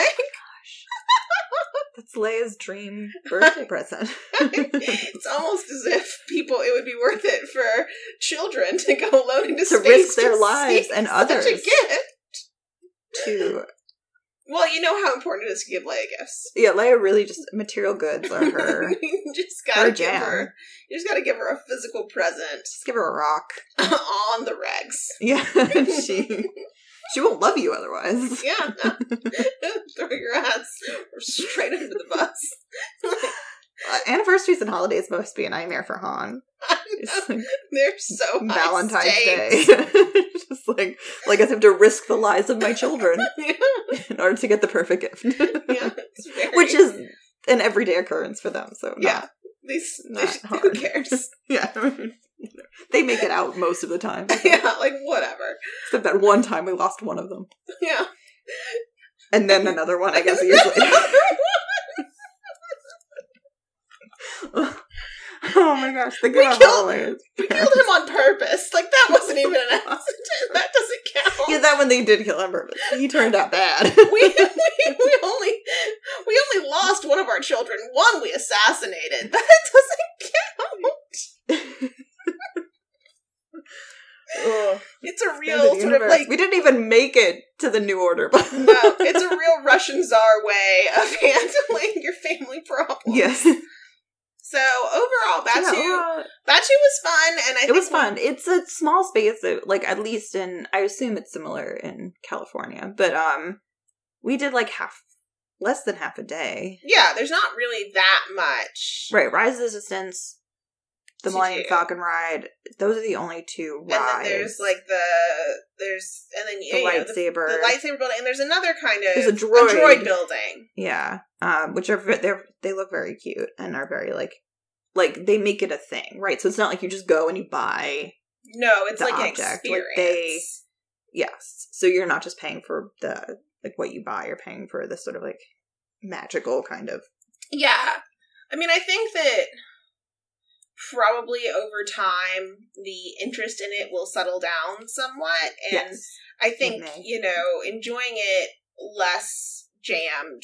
that's Leia's dream birthday present it's almost as if people it would be worth it for children to go alone into To space risk their see lives and such a others. gift. to Well, you know how important it is to give Leia gifts. yeah Leia really just material goods are her you just her gotta give jam her. You just gotta give her a physical present just give her a rock on the regs. yeah she she won't love you otherwise Yeah. no. Throw your ass straight under the bus. Uh, anniversaries and holidays must be a nightmare for Han It's like They're so high Valentine's Day stakes. just like like I have to risk the lives of my children in order to get the perfect gift yeah, it's very, which is an everyday occurrence for them. So yeah. These, not these- who hard. cares? yeah, they make it out most of the time. yeah, like whatever. Except that one time we lost one of them, Yeah, and then another one. I guess years later. oh my gosh, the We good killed- old we killed him on purpose. Like that wasn't even an accident. That doesn't count. Yeah, that one they did kill on purpose. He turned out bad. we, we, we only we only lost one of our children. One we assassinated. That doesn't count. Ugh, It's a end of real the sort universe. of like we didn't even make it to the new order. But no, it's a real Russian czar way of handling your family problems. yes, So So overall, Batu Yeah. Batu was fun, and I It think was fun. It's a small space, though, like at least in I assume it's similar in California, but um, we did like half, less than half a day. Yeah, there's not really that much. Right, Rise of the Resistance, the To Millennium do. Falcon ride. Those are the only two rides. And then there's like the there's and then the you know, the, lightsaber. the lightsaber building, and there's another kind of There's a droid. building. yeah, um, which are ve- they're they look very cute and are very like like they make it a thing, right? So it's not like you just go and you buy. No, it's The like an object, like experience. they- Yes, so you're not just paying for the like what you buy. You're paying for this sort of like magical kind of Yeah. I mean, I think that probably over time the interest in it will settle down somewhat and I think, may. you know, enjoying it less jammed.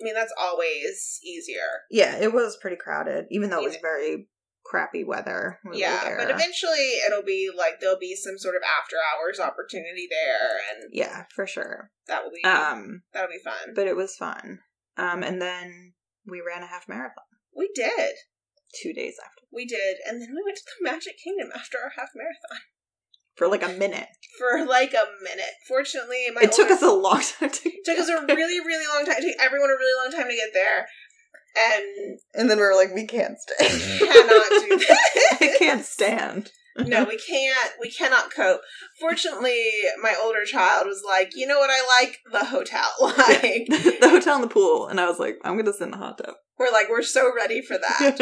I mean, that's always easier. Yeah, it was pretty crowded, even though it was Yeah. very crappy weather. when we were yeah, there. but eventually it'll be like there'll be some sort of after hours opportunity there and yeah, for sure. that will be Um, that'll be fun. but it was fun. Um, and then we ran a half marathon we did. two days after We did. And then we went to the Magic Kingdom after our half marathon for like a minute. for like a minute. Fortunately, my it took older- us a long time to. It took us a really, really long time. It took everyone a really long time to get there, and and then we were like, we can't Mhm. stay. cannot do that. I can't stand. No, we can't. We cannot cope. Fortunately, my older child was like, you know what I like? The hotel. Like the hotel and the pool, and I was like, I'm gonna sit in the hot tub. we're like we're so ready for that.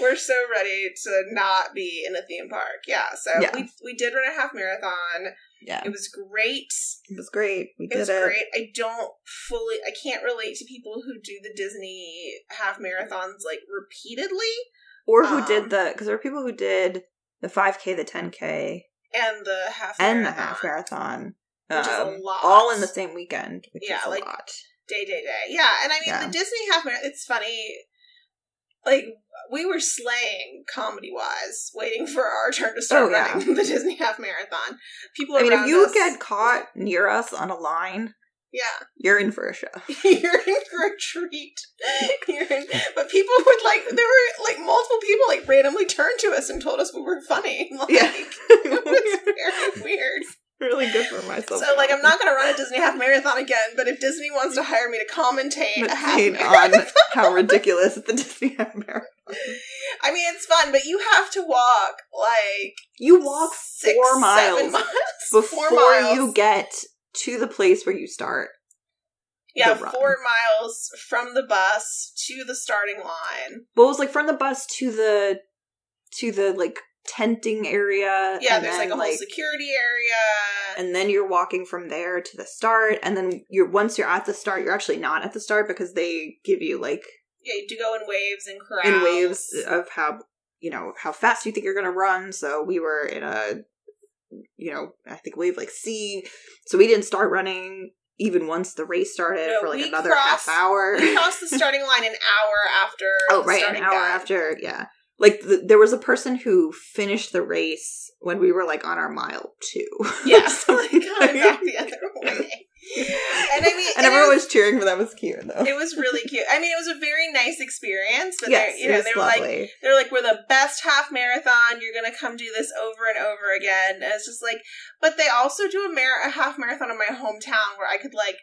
we're so ready to not be in a theme park. Yeah. So Yeah. we we did run a half marathon. yeah, It was great. it was great. We It did was it. great. I don't fully. I can't relate to people who do the Disney half marathons like repeatedly. Or who Um, did the? Because there were people who did the 5k, the 10k, and the half and the marathon. half marathon, Which is a um, lot. all in the same weekend, which Yeah, is a like- lot. day day day yeah and i mean Yeah. the disney half marathon it's funny like we were slaying comedy wise waiting for our turn to start Oh, yeah. running the disney half marathon people I mean, if around you us- get caught near us on a line, yeah you're in for a show. you're in for a treat You're in- but people would like there were like multiple people like randomly turned to us and told us we were funny like Yeah. it was very weird really good for myself. so like i'm not gonna run a disney half marathon again but if disney wants to hire me to commentate a half Maintain on how ridiculous the Disney half marathon. I mean, it's fun, but you have to walk like You walk six, four miles, seven miles before four miles. you get to the place where you start. yeah, the run. four miles from the bus to the starting line. Well, it was like from the bus to the to the like tenting area. Yeah, and there's like then, a whole security area. and then you're walking from there to the start and then you're once you're at the start you're actually not at the start because they give you like yeah, you do go in waves and crowds. in waves of how you know how fast you think you're going to run so we were in a you know i think wave like c so we didn't start running even once the race started No, for like we another crossed- half hour We cross the starting line an hour after. oh the right an starting hour gun. after yeah like th- there was a person who finished the race when we were like on our mile two Yeah, so like Something coming like- back the other way. And I mean, and it everyone was- was cheering but that was cute though It was really cute. I mean, it was a very nice experience, but yes they're you know, it they was were like, lovely They're like, we're the best half marathon. You're gonna come do this over and over again. And it's just like, but they also do a, mar- a half marathon in my hometown where I could like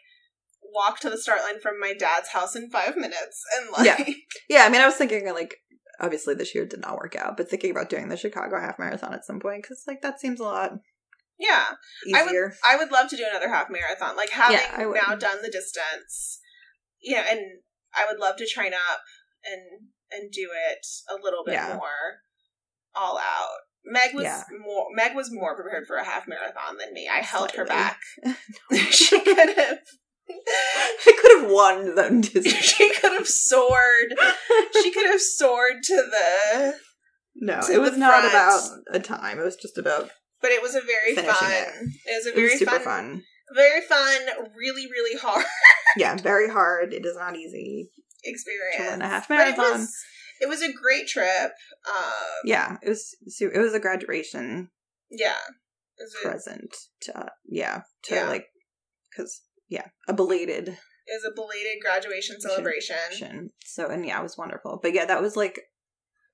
walk to the start line from my dad's house in five minutes and like, Yeah. Yeah, I mean, I was thinking like obviously this year did not work out, but thinking about doing the Chicago half marathon at some point because like that seems a lot yeah. I would, easier. I would love to do another half marathon. Like having Yeah, I would. now done the distance, you know, and I would love to train up and and do it a little bit Yeah. more all out. Meg was Yeah. more Meg was more prepared for a half marathon than me. I held her Slightly. back. she could have I could have won them Disney. she could have soared. She could have soared to the No, To it was the front. not about a time. It was just about but it was a very Finishing fun it. it was a it very was super fun, fun. very fun, really, really hard Yeah, very hard. It is not easy experience. to run a half But it marathon. was, it was a great trip. Um, yeah, it was. su- It was a graduation yeah. It was a, it present. To, uh, yeah, to Yeah. like because yeah, a belated was a belated graduation celebration. celebration. So and yeah, it was wonderful. But yeah, that was like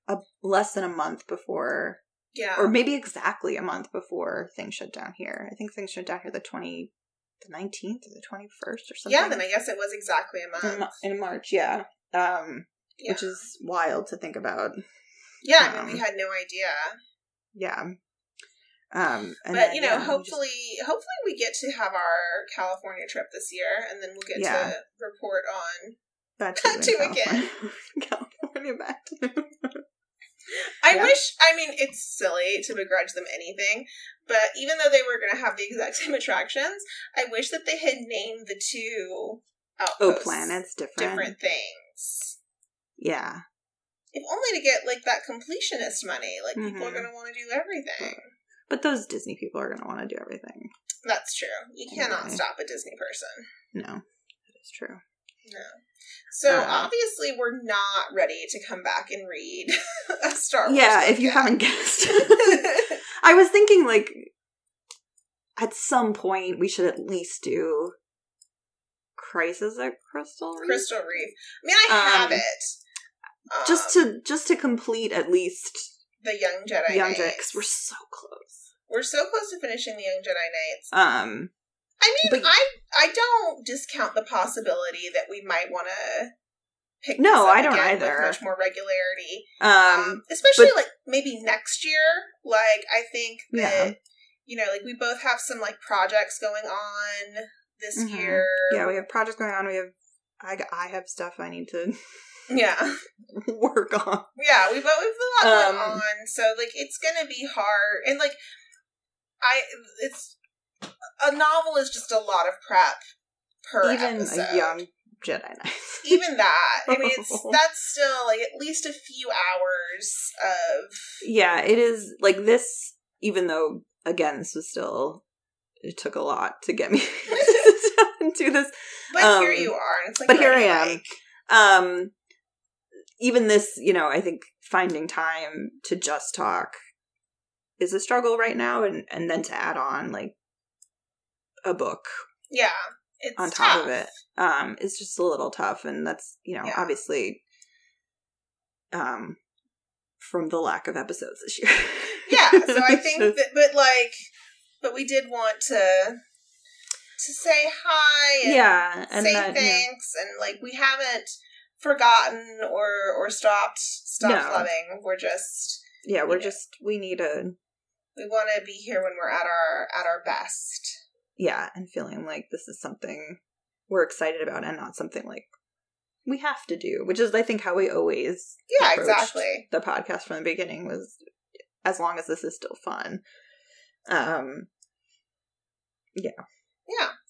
a less than a month before, Yeah. or maybe exactly a month before things shut down here. I think things shut down here the twenty, the nineteenth or the twenty first or something. eh, yeah, then I guess it was exactly a month. in, Ma- in March, yeah. Um, Yeah. which is wild to think about. yeah, I mean, um, we had no idea. Yeah. Um, But, and then, you know, yeah, we just- hopefully hopefully we get to have our California trip this year and then we'll get to Yeah. report on. back to, back doing to again. California. California back to I Yeah. wish, I mean, it's silly to begrudge them anything, but even though they were going to have the exact same attractions, I wish that they had named the two outposts Oh, planets different. different things. Yeah, If only to get like that completionist money, like people are Mhm. going to want to do everything. but those Disney people are going to want to do everything. That's true. You cannot Anyway. stop a Disney person. No, that is true. No. So Uh, obviously, we're not ready to come back and read a Star Wars. yeah, book if you yet. haven't guessed, I was thinking like at some point we should at least do Crisis at Crystal Reef, Crystal Reef. I mean, I have Um, it. Um, just to just to complete at least the Young Jedi. Young Jedi. Knights. 'cause We're so close. We're so close to finishing the Young Jedi Knights. Um, I mean, but- I I don't discount the possibility that we might want to pick. No, this up I don't again with either. much more regularity, um, um, especially but- like maybe next year. Like I think that Yeah. you know, like we both have some like projects going on this Mhm. year. yeah, we have projects going on. We have I g- I have stuff I need to yeah, work on. yeah. We both we've a lot going Um, on, so like it's gonna be hard. And like I, it's a novel is just a lot of prep per Even uh, episode. a young Jedi Knight. even that. I mean, it's that's still like at least a few hours of yeah it is like this even though again this was still it took a lot to get me to do this But here Um, you are, and it's like. but here i okay, am like, um even this you know i think finding time to just talk is a struggle right now and and then to add on like a book yeah, it's on top of tough. it um it's just a little tough and that's you know Yeah. obviously um from the lack of episodes this year Yeah, so I It's think just- that, but like, but we did want to to say hi and yeah and say that, yeah. thanks, and like we haven't forgotten or or stopped stopped No. loving. We're just yeah we're Yeah. just we need a we want to be here when we're at our at our best. yeah and feeling like this is something we're excited about and not something like we have to do which is i think how we always Yeah, approached exactly. the podcast from the beginning was as long as this is still fun um Yeah,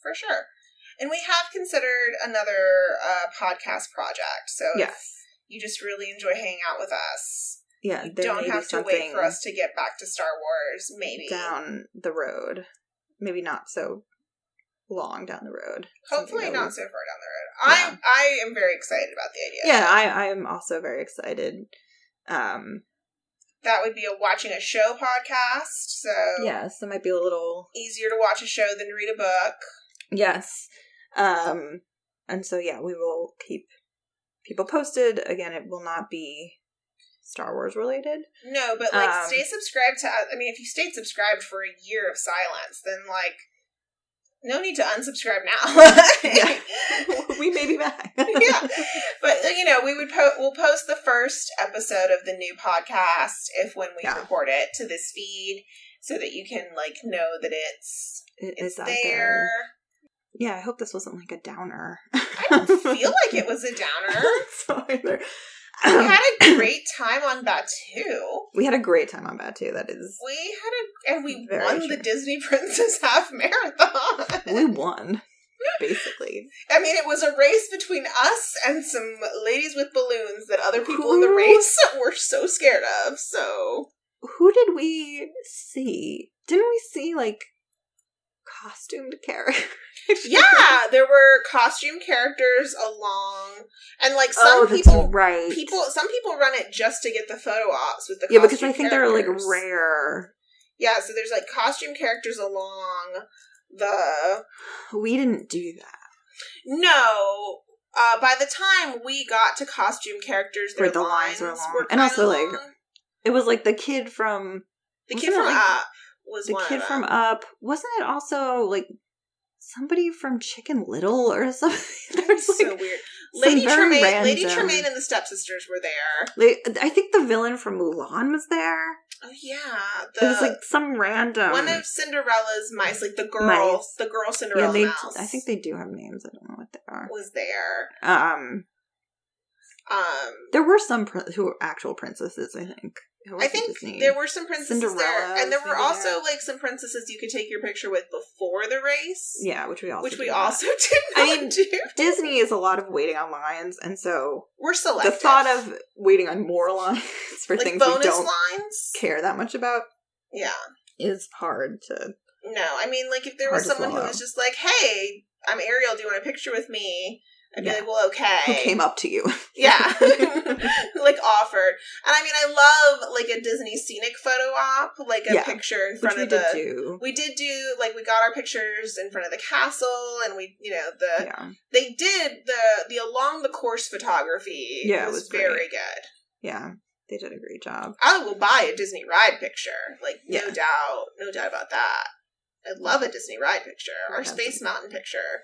for sure. And we have considered another uh, podcast project. So if yes you just really enjoy hanging out with us. yeah You there may don't be have to wait something for us to get back to Star Wars, maybe. down the road maybe not so long down the road Hopefully Something that not we- so far down the road. I I am very excited about the idea. yeah i i am also very excited um That would be a watching a show podcast, so yes it might be a little easier to watch a show than read a book. Yes. Um and so yeah, we will keep people posted. Again, it will not be Star Wars related. No, but like Um, stay subscribed to I mean if you stayed subscribed for a year of silence, then like no need to unsubscribe now. we may be back. yeah, but uh, you know, we would po- we'll post the first episode of the new podcast if when we Yeah. record it to this feed, so that you can like know that it's It- it's, out there. Yeah, I hope this wasn't like a downer. I don't feel like it was a downer. Sorry there. We had a great time on Batu. Um, we had a great time on Batu. That is, We had a and we Very won the true. Disney Princess Half Marathon. we won, basically. I mean, it was a race between us and some ladies with balloons that other people in the race were so scared of. So Who did we see? Didn't we see like costumed characters? yeah, there were costume characters along, and like some Oh, that's people, right. people, some people run it just to get the photo ops with the Yeah, because costume I think they're like characters. rare. Yeah, so there's like costume characters along the We didn't do that. no. Uh, by the time we got to costume characters, their Right, the lines lines were were long. kinda And also, like, long. It was like the kid from the wasn't kid it, from like, Up was the one kid of from them. Up. Wasn't it also like somebody from Chicken Little or something? There's so like weird. some Lady very Tremaine, Lady random- Tremaine, and the stepsisters were there. like, I think the villain from Mulan was there. Oh yeah, it was the- like some random one of Cinderella's mice, like the girl, Mice. the girl yeah. Cinderella They, mouse. I think they do have names. I don't know what they are. was there. Um, Um, there were some prin- who were actual princesses. I think. Who was I at think Disney? there were some princesses Cinderella there, and there was were maybe also there. like some princesses you could take your picture with before the race, Yeah, which we also which we did not. also did I not mean, do. Disney is a lot of waiting on lines, and so We're the selective. thought of waiting on more lines for like things we bonus don't lines. care that much about Yeah, is hard to. no, I mean like if there Hard was to someone who swallow. was just like, "Hey, I'm Ariel. Do you want a picture with me?" I'd Yeah. be like, "Well, okay." Who came up to you? Yeah. like offered. And I mean I love like a Disney scenic photo op, like a Yeah. picture in Which front we of did the do. We did do like we got our pictures in front of the castle and we you know the Yeah, they did the the along the course photography Yeah, it was, was very great. good. yeah, they did a great job. I will buy a Disney ride picture. Like Yeah. no doubt, no doubt about that. I love a Disney ride picture. Our Yeah. Space Mountain picture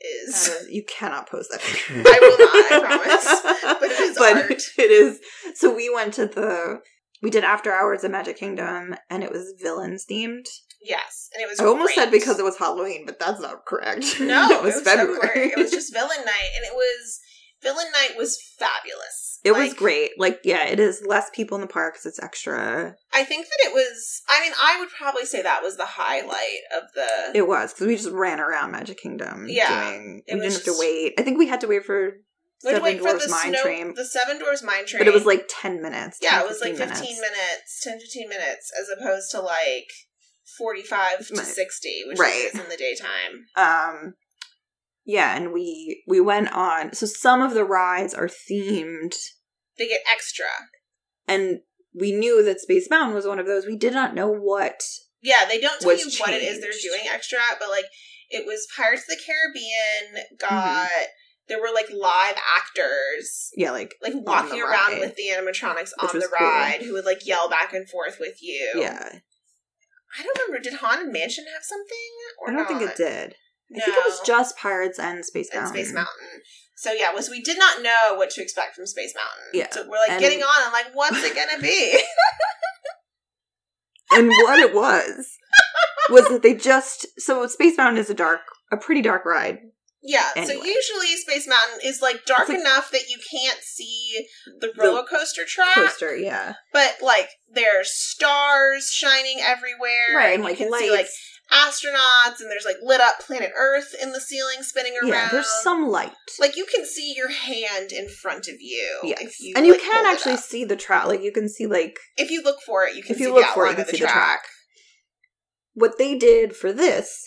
is That is- you cannot post that. I will not, I promise. But it is art. it is. So we went to the. We did after hours at Magic Kingdom, and it was villains themed. yes, and it was I almost said great. because it was Halloween, but that's not correct. No, it was February. It was just villain night, and it was villain night was fabulous. It was Like, great. Like, yeah, it is less people in the park 'cause it's extra. I think that it was. I mean, I would probably say that was the highlight of the. It was because we just ran around Magic Kingdom. Yeah. doing, It we didn't was have to just- wait. I think we had to wait for, We had to Seven wait for Dwarfs the Mine snow, Train. the Seven Doors Mine Train, but it was like ten minutes. yeah, 10, it was like 15 minutes. 10, 15 minutes, as opposed to like forty-five to Right. sixty, which Right. is in the daytime. Um, yeah, and we we went on. So some of the rides are themed, They get extra. and we knew that Space Mountain was one of those. We did not know what. Yeah, they don't tell you was what it is they're changed. doing extra, but like it was Pirates of the Caribbean Mm-hmm. got there were like live actors Yeah, like like the walking around ride. with the animatronics Which on was the cool. ride who would like yell back and forth with you. yeah. I don't remember. Did Haunted Mansion have something? Or I don't think it not? did. No. I think it was just Pirates and Space and Mountain. Space Mountain. So yeah, was we did not know what to expect from Space Mountain. Yeah. So we're like And- getting on and like, what's it gonna be? and what it was was that they just so Space Mountain is a dark, a pretty dark ride. yeah. So Anyway. usually Space Mountain is like dark It's like- enough that you can't see the roller coaster track. Coaster, yeah, But like there's stars shining everywhere. right, and and like you can lights. see like astronauts and there's like lit up planet Earth in the ceiling spinning around. yeah, there's some light, like you can see your hand in front of you. yes, if and you like, can hold it actually up. see the track. Like you can see like if you look for it, you can if see you look the for it, you outline can of see the track. What they did for this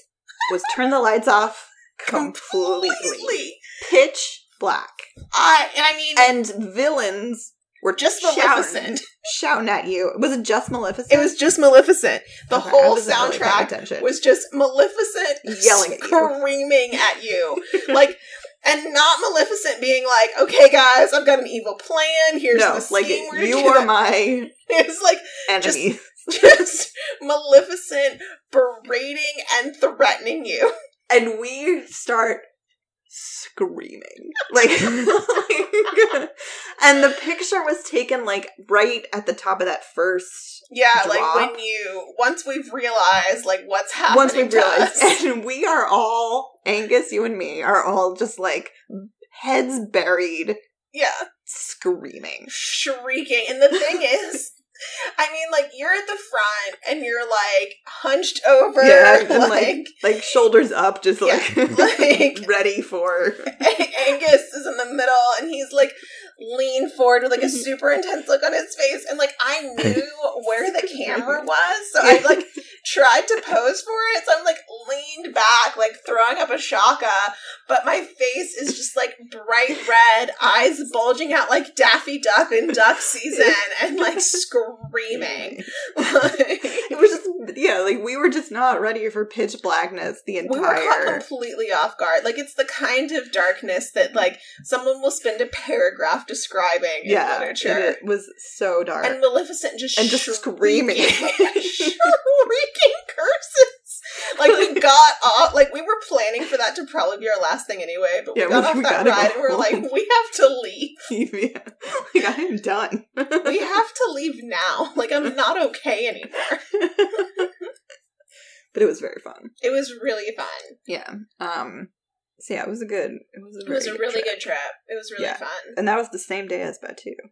was turn the lights off completely, Completely. pitch black, I and I mean and villains were just shouting- Maleficent. shouting at you. Was it just Maleficent? It was just Maleficent. The Okay, I whole wasn't really paying soundtrack attention. was just Maleficent Yelling at you. screaming at you, like, and not Maleficent being like, "Okay, guys, I've got an evil plan. Here's no, the like scheme we're you gonna-" are my It's like Just- enemy. just Maleficent berating and threatening you. and we start screaming like, like- and the picture was taken like right at the top of that first Yeah, Drop. like when you once we've realized like what's happening. once we to realized us. and we are all angus you and me are all just like heads buried yeah. screaming shrieking. And the thing is, I mean, like you're at the front and you're like hunched over, Yeah, and, like, like- like shoulders up just Yeah, like, like- ready for Angus is in the middle and he's like leaned forward with like a Mhm. super intense look on his face. And like I knew where the camera was, so I like tried to pose for it, so I'm like leaned back, like throwing up a shaka, but my face is just like bright red, eyes bulging out like Daffy Duck in duck season, and like screaming. Like, It was just yeah, like we were just not ready for pitch blackness the we were caught entire completely off guard. Like it's the kind of darkness that like someone will spend a paragraph describing yeah, in and literature. it was so dark. and Maleficent just And just shrieking- screaming. shrieking curses. Like we got off, like we were planning for that to probably be our last thing anyway. But we Yeah, got we- off we that gotta go ride and we're home. like, we have to leave. yeah. Like I am done. We have to leave now. Like I'm not okay anymore. but it was very fun. It was really fun. Yeah. Um so yeah, it was a good it was a, It was very a really trip. good trip. It was really Yeah. fun. And that was the same day as Batu. Got a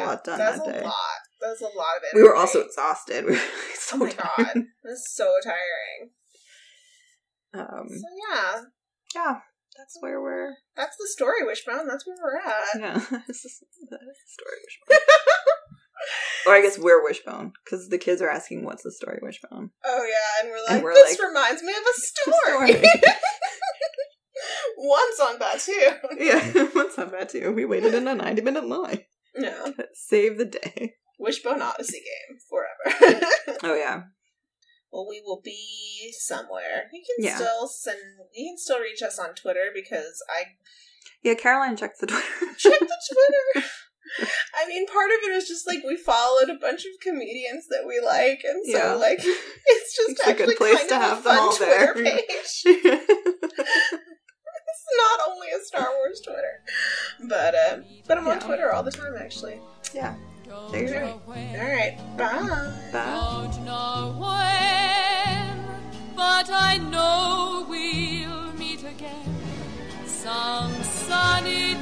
Yeah, lot done that was that a day. lot. That was a lot of it. We were also exhausted. We were like, so Oh my tired. god, that's so tiring. Um So yeah, yeah, that's where we're that's the story, Wishbone. That's where we're at. yeah. this is the story wishbone. or I guess we're wishbone because the kids are asking what's the story wishbone. Oh yeah, and we're like, And we're this like, reminds me of a story. Once on Batu. yeah, what's on that too? We waited in a ninety-minute line. No. Save the day. Wishbone Odyssey game forever. Oh yeah, well, we will be somewhere. You can Yeah. still send. You can still reach us on Twitter because I yeah. Caroline checks the Twitter. checked the Twitter. I mean, part of it is just like we followed a bunch of comedians that we like, and so Yeah. like it's just It's a good actually place kind to of have a them fun all there. Twitter page. It's not only a Star Wars Twitter, but uh, but I'm on Yeah. Twitter all the time actually. yeah. There you go. All right, bye. Bye. Don't know when, but I know we'll meet again some sunny